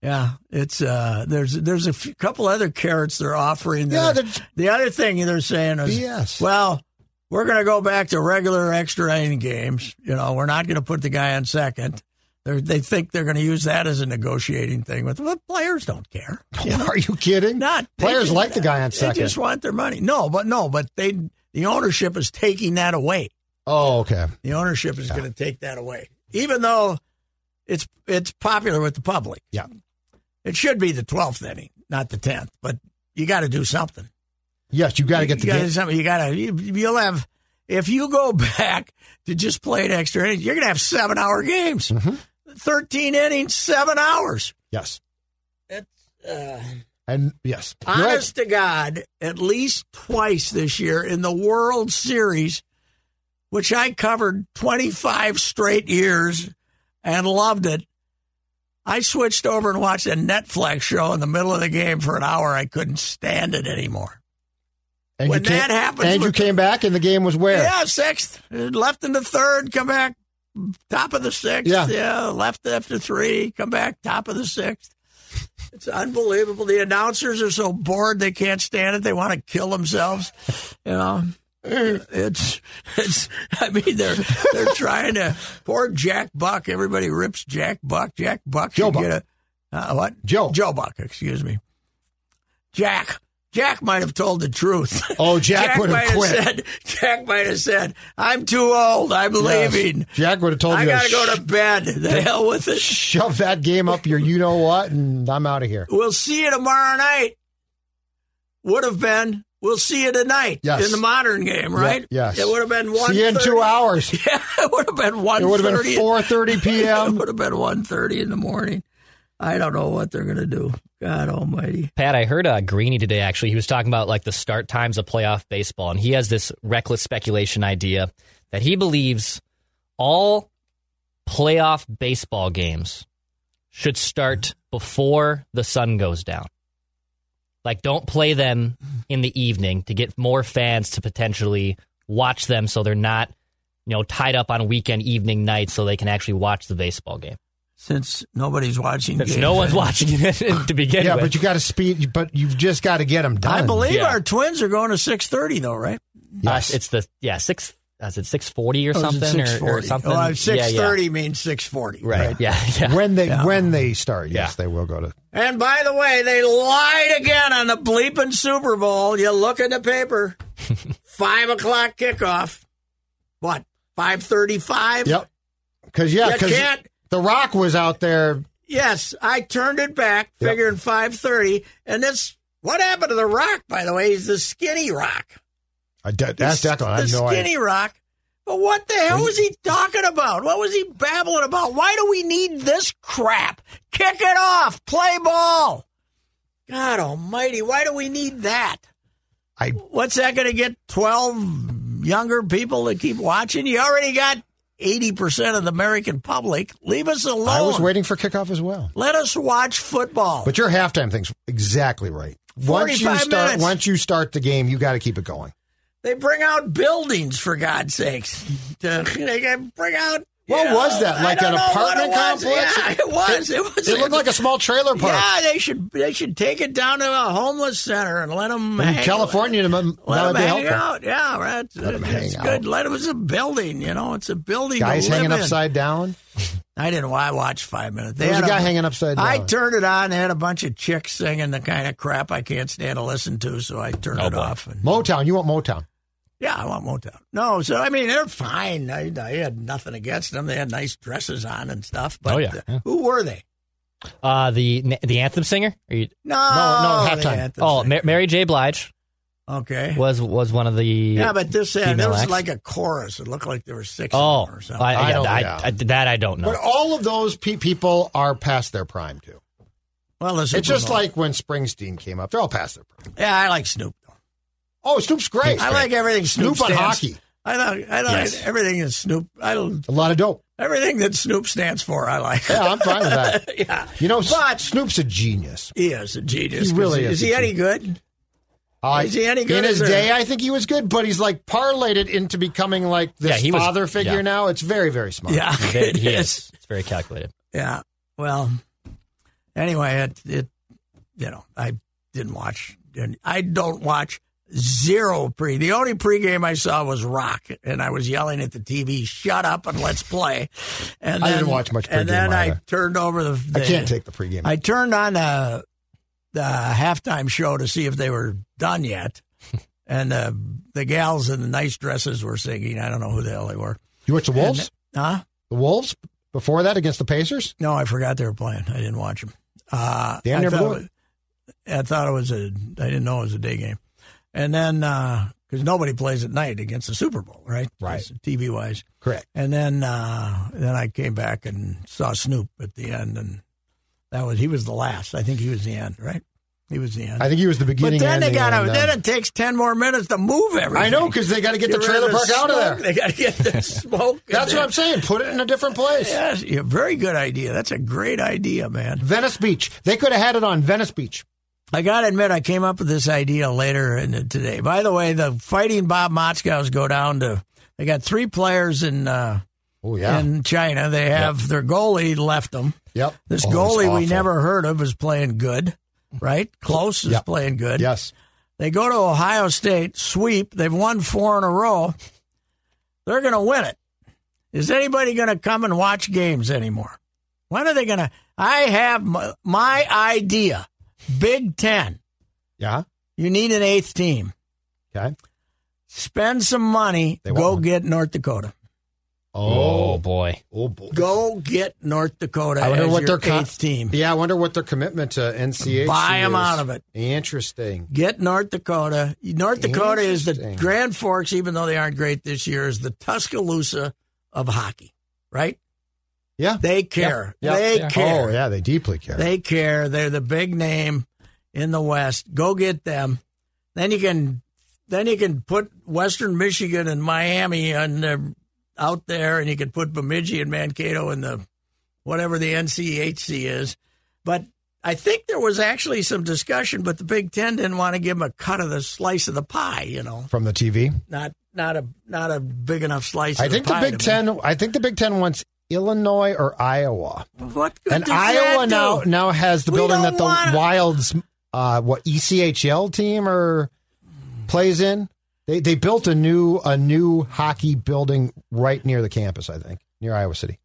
Speaker 2: Yeah, it's uh. There's there's a f- couple other carrots they're offering. that
Speaker 4: Yeah,
Speaker 2: are-
Speaker 4: they're-
Speaker 2: the other thing they're saying is,
Speaker 4: BS.
Speaker 2: well, we're going to go back to regular extra inning games. You know, we're not going to put the guy on second. They're, they think they're going to use that as a negotiating thing. With well, players don't care. You know?
Speaker 4: Are you kidding?
Speaker 2: Not they
Speaker 4: players
Speaker 2: just-
Speaker 4: like the guy on
Speaker 2: They
Speaker 4: second.
Speaker 2: just want their money. No, but no, but they the ownership is taking that away.
Speaker 4: oh, okay.
Speaker 2: The ownership is going to take that away, even though it's it's popular with the public.
Speaker 4: Yeah.
Speaker 2: It should be the twelfth inning, not the tenth. But you got to do something.
Speaker 4: Yes, you got to
Speaker 2: You
Speaker 4: get the
Speaker 2: gotta do
Speaker 4: game.
Speaker 2: something. You got to. You, you'll have if you go back to just playing extra innings, you're going to have seven hour games,
Speaker 4: Mm-hmm.
Speaker 2: thirteen innings, seven hours.
Speaker 4: Yes,
Speaker 2: That's. Uh,
Speaker 4: and yes. You're right.
Speaker 2: honest to God, at least twice this year in the World Series, which I covered 25 straight years and loved it. I switched over and watched a Netflix show in the middle of the game for an hour. I couldn't stand it anymore.
Speaker 4: And
Speaker 2: When
Speaker 4: you came,
Speaker 2: that happens
Speaker 4: and you
Speaker 2: with-
Speaker 4: came back, and the game was where?
Speaker 2: Yeah, sixth, left in the third, come back, top of the sixth.
Speaker 4: Yeah.
Speaker 2: left after three, come back, top of the sixth. It's unbelievable. The announcers are so bored they can't stand it. They want to kill themselves. You know, it's it's. I mean, they're they're trying to. Poor Jack Buck. Everybody rips Jack Buck. Jack Buck.
Speaker 4: Joe
Speaker 2: should
Speaker 4: Buck.
Speaker 2: Get a, uh, what?
Speaker 4: Joe.
Speaker 2: Joe Buck. Excuse me. Jack. Jack might have told the truth.
Speaker 4: Oh, Jack would have
Speaker 2: might have
Speaker 4: quit.
Speaker 2: said- Jack might have said, "I'm too old. I'm
Speaker 4: Yes. Oh,
Speaker 2: leaving.
Speaker 4: Jack would have told
Speaker 2: I
Speaker 4: you,
Speaker 2: gotta go to bed. The hell with it."
Speaker 4: shove that game up your you know what, and I'm out of here.
Speaker 2: We'll see you tomorrow night. Would have been. We'll see you tonight
Speaker 4: Yes.
Speaker 2: in the modern game, right?
Speaker 4: yes.
Speaker 2: It would have been one.
Speaker 4: See you in two hours.
Speaker 2: Yeah, it would have been one.
Speaker 4: It would have been 4:30
Speaker 2: It
Speaker 4: p.m.
Speaker 2: would have been one thirty in the morning. I don't know what they're gonna do. God Almighty.
Speaker 5: Pat, I heard uh, Greeny today. Actually, he was talking about like the start times of playoff baseball, and he has this reckless speculation idea that he believes all playoff baseball games should start before the sun goes down. Like, don't play them in the evening to get more fans to potentially watch them, so they're not, you know, tied up on weekend evening nights, so they can actually watch the baseball game.
Speaker 2: Since nobody's watching,
Speaker 5: Since
Speaker 2: games,
Speaker 5: no one's
Speaker 2: I-
Speaker 5: watching it to begin
Speaker 4: Yeah,
Speaker 5: with.
Speaker 4: but you got to speed. But you've just got to get them
Speaker 2: I
Speaker 4: done.
Speaker 2: believe
Speaker 5: Yeah.
Speaker 2: our twins are going to six thirty though, right?
Speaker 4: Yes,
Speaker 5: Uh, it's the yeah six. uh, Is it six forty or
Speaker 2: Oh, is it
Speaker 5: something or- or,
Speaker 2: 6:40?
Speaker 5: something?
Speaker 2: Oh,
Speaker 5: Yeah,
Speaker 2: six
Speaker 5: yeah.
Speaker 2: thirty means six forty.
Speaker 5: Right. Yeah. Yeah.
Speaker 4: when they
Speaker 2: Yeah.
Speaker 4: when they start. Yes,
Speaker 5: Yeah.
Speaker 4: they will go to.
Speaker 2: And by the way, they lied again on the bleeping Super Bowl. You look in the paper. Five o'clock kickoff. What? Five thirty-five.
Speaker 4: Yep. Because yeah,
Speaker 2: You
Speaker 4: because
Speaker 2: can't-
Speaker 4: the Rock was out there.
Speaker 2: Yes, I turned it back,
Speaker 4: Yep.
Speaker 2: figuring five thirty. And this, what happened to the Rock? By the way, he's the skinny Rock.
Speaker 4: I de- asked Declan.
Speaker 2: the
Speaker 4: I have no
Speaker 2: skinny
Speaker 4: idea.
Speaker 2: Rock. But what the hell was he talking about? What was he babbling about? Why do we need this crap? Kick it off. Play ball. God Almighty, why do we need that?
Speaker 4: I
Speaker 2: What's that going to get 12 younger people to keep watching? You already got 80% of the American public. Leave us alone.
Speaker 4: I was waiting for kickoff as well.
Speaker 2: Let us watch football.
Speaker 4: But your halftime thing's exactly right. Once you
Speaker 2: 45
Speaker 4: start,
Speaker 2: minutes.
Speaker 4: once you start the game, you got to keep it going.
Speaker 2: they bring out buildings, for God's sakes. they can bring out. you
Speaker 4: What
Speaker 2: know,
Speaker 4: was that,
Speaker 2: I
Speaker 4: like
Speaker 2: don't
Speaker 4: an
Speaker 2: know what
Speaker 4: apartment
Speaker 2: it was.
Speaker 4: complex?
Speaker 2: Yeah, it was. It, was.
Speaker 4: It looked like a small trailer park.
Speaker 2: Yeah, they should they should take it down to a homeless center and let them
Speaker 4: In
Speaker 2: hang,
Speaker 4: California, that would
Speaker 2: Let them
Speaker 4: be
Speaker 2: hang
Speaker 4: helpful.
Speaker 2: out. Yeah, right.
Speaker 4: Let 'em
Speaker 2: it's
Speaker 4: hang
Speaker 2: good.
Speaker 4: out.
Speaker 2: Let them. It's a building. You know, it's a building. to
Speaker 4: Guys
Speaker 2: live
Speaker 4: hanging
Speaker 2: in.
Speaker 4: upside down.
Speaker 2: I didn't. Well, I watched five minutes. They
Speaker 4: There was
Speaker 2: had
Speaker 4: a guy hanging upside down.
Speaker 2: I turned it on. They had a bunch of chicks singing the kind of crap I can't stand to listen to, so I turned
Speaker 1: Oh,
Speaker 2: it
Speaker 1: boy.
Speaker 2: off. And,
Speaker 4: Motown. You want Motown?
Speaker 2: yeah, I want Motown. No, so I mean they're fine. I, I had nothing against them. They had nice dresses on and stuff. But
Speaker 5: Oh, yeah,
Speaker 2: uh,
Speaker 5: yeah.
Speaker 2: who were they?
Speaker 5: Uh, the the anthem singer. Are you,
Speaker 2: No,
Speaker 4: No, no,
Speaker 2: they
Speaker 4: halftime.
Speaker 2: had to
Speaker 5: oh,
Speaker 2: sing.
Speaker 5: Ma- Mary J. Blige
Speaker 2: okay.
Speaker 5: was was one of the.
Speaker 2: yeah, but this uh, there
Speaker 5: female
Speaker 2: was
Speaker 5: acts.
Speaker 2: like a chorus. It looked like there were six
Speaker 5: oh,
Speaker 2: of them or something.
Speaker 5: I,
Speaker 4: I
Speaker 5: yeah,
Speaker 4: don't
Speaker 5: I,
Speaker 4: know.
Speaker 5: I- that I don't know.
Speaker 4: But all of those pe- people are past their prime too.
Speaker 2: well, the Super
Speaker 4: It's just
Speaker 2: Bowl.
Speaker 4: like when Springsteen came up; they're all past their prime.
Speaker 2: yeah, I like Snoop. though.
Speaker 4: Oh, Snoop's great.
Speaker 2: I like everything Snoop,
Speaker 4: Snoop on
Speaker 2: stands-
Speaker 4: hockey.
Speaker 2: I like I like
Speaker 5: Yes.
Speaker 2: everything that Snoop. I don't-
Speaker 4: A lot of dope.
Speaker 2: everything that Snoop stands for. I like.
Speaker 4: Yeah, I'm fine with that.
Speaker 2: yeah,
Speaker 4: You know, S-
Speaker 2: But-
Speaker 4: Snoop's a genius.
Speaker 2: he is a genius.
Speaker 4: He really
Speaker 2: 'cause
Speaker 4: is
Speaker 2: Is
Speaker 4: a
Speaker 2: he any good?
Speaker 4: I-
Speaker 2: Is he any good
Speaker 4: Uh, in his
Speaker 2: as a-
Speaker 4: day? I think he was good, but he's like parlayed it into becoming like this
Speaker 5: Yeah, he was-
Speaker 4: father figure
Speaker 5: yeah.
Speaker 4: now. It's very, very smart.
Speaker 2: Yeah,
Speaker 5: He's very-
Speaker 2: it
Speaker 5: he
Speaker 2: is.
Speaker 5: is. It's very calculated.
Speaker 2: Yeah. Well, anyway, it, it you know, I didn't watch. And I don't watch zero pre. The only pregame I saw was Rock, and I was yelling at the TV, "Shut up and let's play." And
Speaker 4: I
Speaker 2: then,
Speaker 4: didn't watch much
Speaker 2: And then
Speaker 4: pregame
Speaker 2: I
Speaker 4: either.
Speaker 2: turned over the.
Speaker 4: I
Speaker 2: the-
Speaker 4: can't take the pregame.
Speaker 2: I turned on the the halftime show to see if they were done yet, and the the gals in the nice dresses were singing. I don't know who the hell they were.
Speaker 4: you watch the Wolves?
Speaker 2: Huh?
Speaker 4: the Wolves before that against the Pacers.
Speaker 2: No, I forgot they were playing. I didn't watch them. Uh,
Speaker 4: Damn
Speaker 2: I
Speaker 4: near
Speaker 2: thought
Speaker 4: blew
Speaker 2: was- I thought it was a. I didn't know it was a day game, and then because nobody plays at night against the Super Bowl, right?
Speaker 4: Right.
Speaker 2: TV wise,
Speaker 4: Correct.
Speaker 2: and then uh, then I came back and saw Snoop at the end, and that was he was the last. I think he was the end, right? He was the end.
Speaker 4: I think he was the
Speaker 2: but
Speaker 4: beginning.
Speaker 2: then
Speaker 4: and
Speaker 2: they
Speaker 4: the
Speaker 2: got
Speaker 4: end,
Speaker 2: to.
Speaker 4: uh,
Speaker 2: Then it takes ten more minutes to move everything.
Speaker 4: I know because they got to get the
Speaker 2: Get rid
Speaker 4: trailer park out of
Speaker 2: smoke.
Speaker 4: there.
Speaker 2: They got to get the smoke. in
Speaker 4: That's
Speaker 2: there.
Speaker 4: what I'm saying. Put it in a different place.
Speaker 2: Yes, yeah, very good idea. That's a great idea, man.
Speaker 4: Venice Beach. They could have had it on Venice Beach.
Speaker 2: I gotta admit, I came up with this idea later in the, today. By the way, the fighting Bob Motzkows go down to. They got three players in uh,
Speaker 4: Oh yeah.
Speaker 2: in China. They have their goalie left them.
Speaker 4: yep.
Speaker 2: This
Speaker 4: Oh, it's
Speaker 2: goalie we
Speaker 4: awful.
Speaker 2: never heard of is playing good, right? Close is
Speaker 4: Yep.
Speaker 2: playing good.
Speaker 4: Yes.
Speaker 2: They go to Ohio State, sweep. They've won four in a row. They're going to win it. Is anybody going to come and watch games anymore? When are they going to? I have my, my idea. Big Ten.
Speaker 4: Yeah.
Speaker 2: You need an eighth team.
Speaker 4: Okay.
Speaker 2: Spend some money.
Speaker 4: They
Speaker 2: go
Speaker 4: won't.
Speaker 2: get North Dakota.
Speaker 5: Oh, boy.
Speaker 4: Oh boy.
Speaker 2: Go get North Dakota.
Speaker 4: I wonder
Speaker 2: as
Speaker 4: what
Speaker 2: your
Speaker 4: their con-
Speaker 2: eighth team.
Speaker 4: Yeah, I wonder what their commitment to NCHC
Speaker 2: Buy 'em
Speaker 4: is.
Speaker 2: out of it.
Speaker 4: Interesting.
Speaker 2: Get North Dakota. North Dakota is the
Speaker 4: Interesting.
Speaker 2: Grand Forks, even though they aren't great this year, is the Tuscaloosa of hockey. Right?
Speaker 4: Yeah.
Speaker 2: They care.
Speaker 4: Yeah.
Speaker 2: They
Speaker 5: Yeah.
Speaker 2: care.
Speaker 4: Oh yeah, they deeply care.
Speaker 2: They care. They're the big name in the West. Go get them. Then you can then you can put Western Michigan and Miami on the, out there, and you can put Bemidji and Mankato in the whatever the NCHC is. But I think there was actually some discussion, but the Big Ten didn't want to give them a cut of the slice of the pie. You know,
Speaker 4: From the TV.
Speaker 2: not not a not a big enough slice.
Speaker 4: I
Speaker 2: of the
Speaker 4: think the
Speaker 2: pie
Speaker 4: Big
Speaker 2: to
Speaker 4: Ten I think the Big Ten wants Illinois or Iowa.
Speaker 2: me. What good
Speaker 4: and
Speaker 2: does
Speaker 4: Iowa
Speaker 2: that
Speaker 4: now
Speaker 2: do?
Speaker 4: now has the
Speaker 2: We
Speaker 4: building
Speaker 2: don't
Speaker 4: that the
Speaker 2: wanna-
Speaker 4: Wilds, uh, what ECHL team or plays in. They they built a new a new hockey building right near the campus. I think near Iowa City,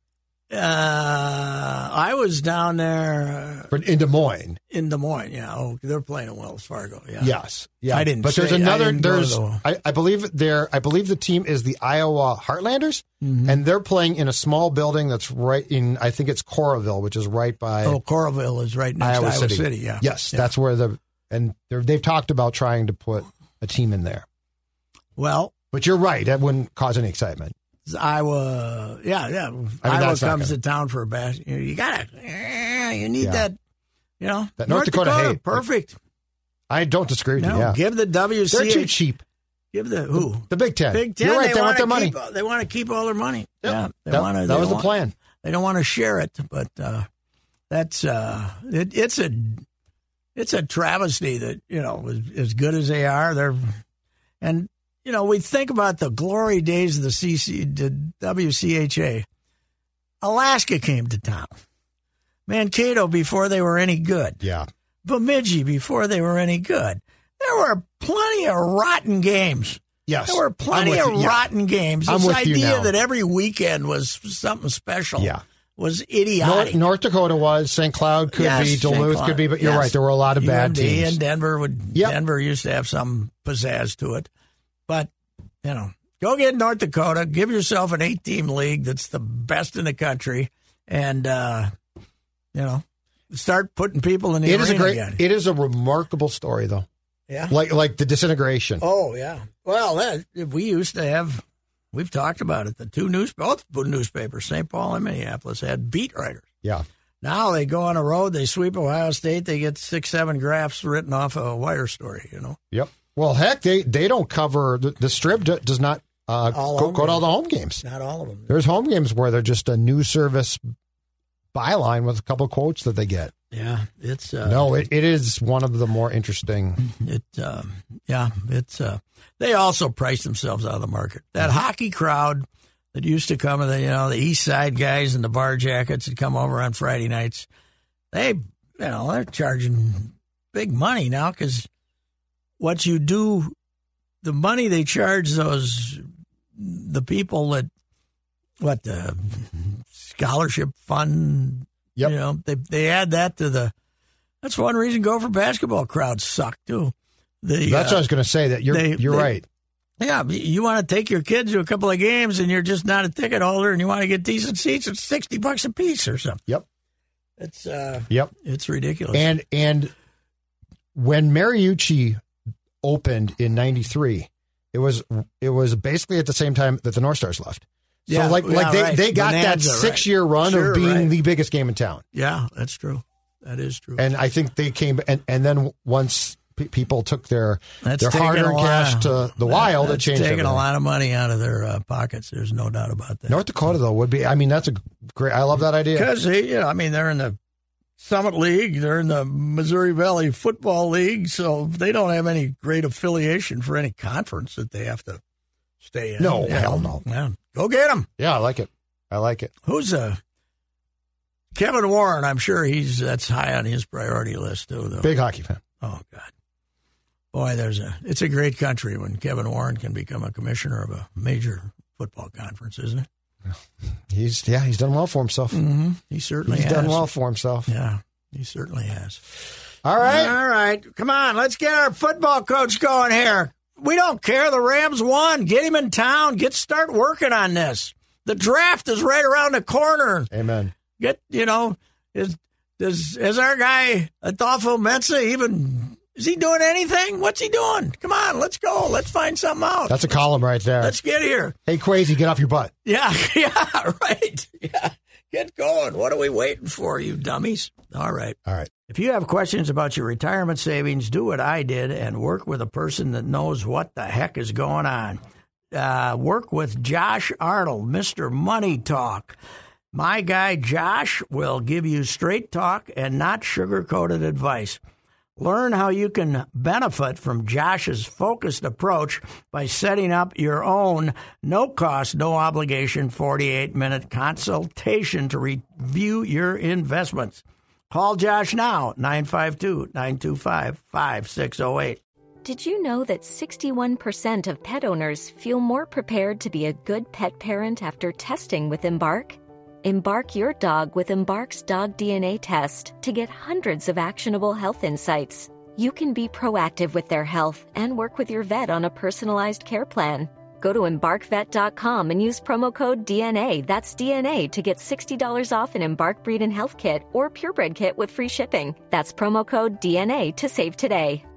Speaker 2: Uh, I was down there. uh,
Speaker 4: but in Des Moines.
Speaker 2: In Des Moines, yeah. Oh, they're playing in Wells Fargo. Yeah.
Speaker 4: Yes, yeah.
Speaker 2: I didn't
Speaker 4: But there's
Speaker 2: say- I
Speaker 4: another.
Speaker 2: didn't go to
Speaker 4: There's
Speaker 2: the-
Speaker 4: I, I believe there. I believe the team is the Iowa Heartlanders,
Speaker 2: Mm-hmm.
Speaker 4: and they're playing in a small building that's right in. I think it's Coraville, which is right by
Speaker 2: Oh, Coralville is right next
Speaker 4: Iowa,
Speaker 2: to Iowa City. Yeah.
Speaker 4: Yes,
Speaker 2: Yeah.
Speaker 4: that's where the and they're- they've talked about trying to put a team in there.
Speaker 2: well,
Speaker 4: But you're right. That wouldn't cause any excitement.
Speaker 2: it's Iowa. Yeah, yeah. Iowa
Speaker 4: that's not
Speaker 2: comes
Speaker 4: gonna-
Speaker 2: to town for a bash. You, you gotta. eh, You need
Speaker 4: Yeah.
Speaker 2: that. You know,
Speaker 4: That North Dakota hate.
Speaker 2: perfect.
Speaker 4: I don't disagree with
Speaker 2: No,
Speaker 4: you. Yeah.
Speaker 2: give the
Speaker 4: They're too
Speaker 2: WCH.
Speaker 4: cheap.
Speaker 2: Give the who?
Speaker 4: The Big Ten.
Speaker 2: Big 10
Speaker 4: You're right. They,
Speaker 2: wanna
Speaker 4: want their money.
Speaker 2: keep, They want to keep all their money. Yeah, they
Speaker 4: that,
Speaker 2: wanna-
Speaker 4: that
Speaker 2: they
Speaker 4: was the
Speaker 2: want-
Speaker 4: plan.
Speaker 2: They don't want to share it, but uh, that's uh, it, it's a it's a travesty that you know as, as good as they are, they're and you know we think about the glory days of the CC the WCHA. Alaska came to town. Mankato before they were any good.
Speaker 4: Yeah.
Speaker 2: Bemidji before they were any good. There were plenty of rotten games.
Speaker 4: Yes.
Speaker 2: There were
Speaker 4: I'm
Speaker 2: plenty
Speaker 4: with
Speaker 2: of
Speaker 4: you. Yeah.
Speaker 2: rotten games.
Speaker 4: I'm
Speaker 2: This
Speaker 4: with you
Speaker 2: idea
Speaker 4: now.
Speaker 2: that every weekend was something special
Speaker 4: Yeah.
Speaker 2: was
Speaker 4: North,
Speaker 2: idiotic.
Speaker 4: North Dakota was. St. Cloud could
Speaker 2: Yes,
Speaker 4: be.
Speaker 2: St.
Speaker 4: Duluth
Speaker 2: Cloud.
Speaker 4: could be. But you're
Speaker 2: Yes.
Speaker 4: right. There were a lot of bad
Speaker 2: UMD
Speaker 4: teams.
Speaker 2: and Denver would
Speaker 4: Yep.
Speaker 2: Denver used to have some pizzazz to it. But, you know, go get North Dakota, give yourself an eight team league that's the best in the country and uh, you know, start putting people in the
Speaker 4: It is a
Speaker 2: arena
Speaker 4: great.
Speaker 2: again.
Speaker 4: It is a remarkable story, though.
Speaker 2: yeah.
Speaker 4: Like like the disintegration.
Speaker 2: Oh yeah. Well, that we used to have. We've talked about it. The two news, both newspapers, St. Paul and Minneapolis, had beat writers.
Speaker 4: Yeah.
Speaker 2: Now they go on a road, they sweep Ohio State, they get six, seven graphs written off a wire story. You know,
Speaker 4: Yep. Well, heck, they they don't cover the, the strip. Do, does not uh,
Speaker 2: All
Speaker 4: go,
Speaker 2: home
Speaker 4: go to
Speaker 2: games.
Speaker 4: all the home games.
Speaker 2: not all of them.
Speaker 4: There's home games where they're just a new service byline with a couple quotes that they get.
Speaker 2: Yeah, it's uh,
Speaker 4: no, it, it is one of the more interesting.
Speaker 2: It, um, yeah, it's. Uh, they also priced themselves out of the market. That hockey crowd that used to come, the you know the East Side guys in the bar jackets that come over on Friday nights, they you know they're charging big money now because what you do, the money they charge those the people that what the scholarship fund,
Speaker 4: Yep.
Speaker 2: you know they they add that to the. That's one reason Gopher basketball crowds suck too. The,
Speaker 4: That's what I
Speaker 2: uh,
Speaker 4: was going to say. That you're
Speaker 2: They-
Speaker 4: you're
Speaker 2: they-
Speaker 4: right.
Speaker 2: yeah, but you want to take your kids to a couple of games and you're just not a ticket holder and you want to get decent seats, it's 60 bucks a piece or something.
Speaker 4: Yep.
Speaker 2: It's uh
Speaker 4: Yep.
Speaker 2: it's ridiculous.
Speaker 4: And and when Mariucci opened in '93, it was it was basically at the same time that the North Stars left. So
Speaker 2: Yeah,
Speaker 4: like like
Speaker 2: yeah,
Speaker 4: they,
Speaker 2: right.
Speaker 4: they got
Speaker 2: Bonanza,
Speaker 4: that
Speaker 2: right.
Speaker 4: six year run
Speaker 2: Sure,
Speaker 4: of being
Speaker 2: right.
Speaker 4: the biggest game in town,
Speaker 2: yeah, that's true. That is true.
Speaker 4: and I think they came and and then once pe people took their
Speaker 2: That's
Speaker 4: their
Speaker 2: taken
Speaker 4: hard
Speaker 2: a
Speaker 4: earned
Speaker 2: lot
Speaker 4: cash
Speaker 2: of-
Speaker 4: to the wild, it
Speaker 2: that's
Speaker 4: changed
Speaker 2: taking
Speaker 4: everything.
Speaker 2: a lot of money out of their uh, pockets. There's no doubt about that.
Speaker 4: North Dakota though would be. I mean, that's a great. I love that idea.
Speaker 2: Because they, you know, uh, I mean, they're in the Summit League, they're in the Missouri Valley Football League, so they don't have any great affiliation for any conference that they have to stay in.
Speaker 4: No,
Speaker 2: Yeah.
Speaker 4: hell no.
Speaker 2: Yeah. Go get them.
Speaker 4: Yeah, I like it. I like it.
Speaker 2: Who's uh Kevin Warren? I'm sure he's that's high on his priority list too. Though.
Speaker 4: Big hockey fan.
Speaker 2: Oh God, boy, there's a it's a great country when Kevin Warren can become a commissioner of a major football conference, isn't it?
Speaker 4: He's yeah, he's done well for himself.
Speaker 2: Mm-hmm. He certainly
Speaker 4: He's
Speaker 2: has.
Speaker 4: done well for himself.
Speaker 2: Yeah, he certainly has.
Speaker 4: All right.
Speaker 2: All right, come on, let's get our football coach going here. We don't care. The Rams won. Get him in town. Get start working on this. The draft is right around the corner.
Speaker 4: Amen.
Speaker 2: get you know is does is our guy Adolfo Mensa even is he doing anything? What's he doing? Come on, let's go. Let's find something out.
Speaker 4: That's a column right there.
Speaker 2: let's get here.
Speaker 4: hey, Quasi, get off your butt.
Speaker 2: Yeah, yeah, right. Yeah. Get going. What are we waiting for, you dummies? All right.
Speaker 4: All right.
Speaker 2: If you have questions about your retirement savings, do what I did and work with a person that knows what the heck is going on. Uh, work with Josh Arnold, Mr. Money Talk. My guy Josh will give you straight talk and not sugar coated advice. Learn how you can benefit from Josh's focused approach by setting up your own no cost, no obligation 48 minute consultation to review your investments. Call Josh now, 952 925 5608.
Speaker 6: Did you know that 61% of pet owners feel more prepared to be a good pet parent after testing with Embark? Embark your dog with Embark's dog DNA test to get hundreds of actionable health insights. You can be proactive with their health and work with your vet on a personalized care plan. Go to embarkvet.com and use promo code DNA, that's DNA, to get $60 off an Embark Breed and Health Kit or Purebred Kit with free shipping. That's promo code DNA to save today.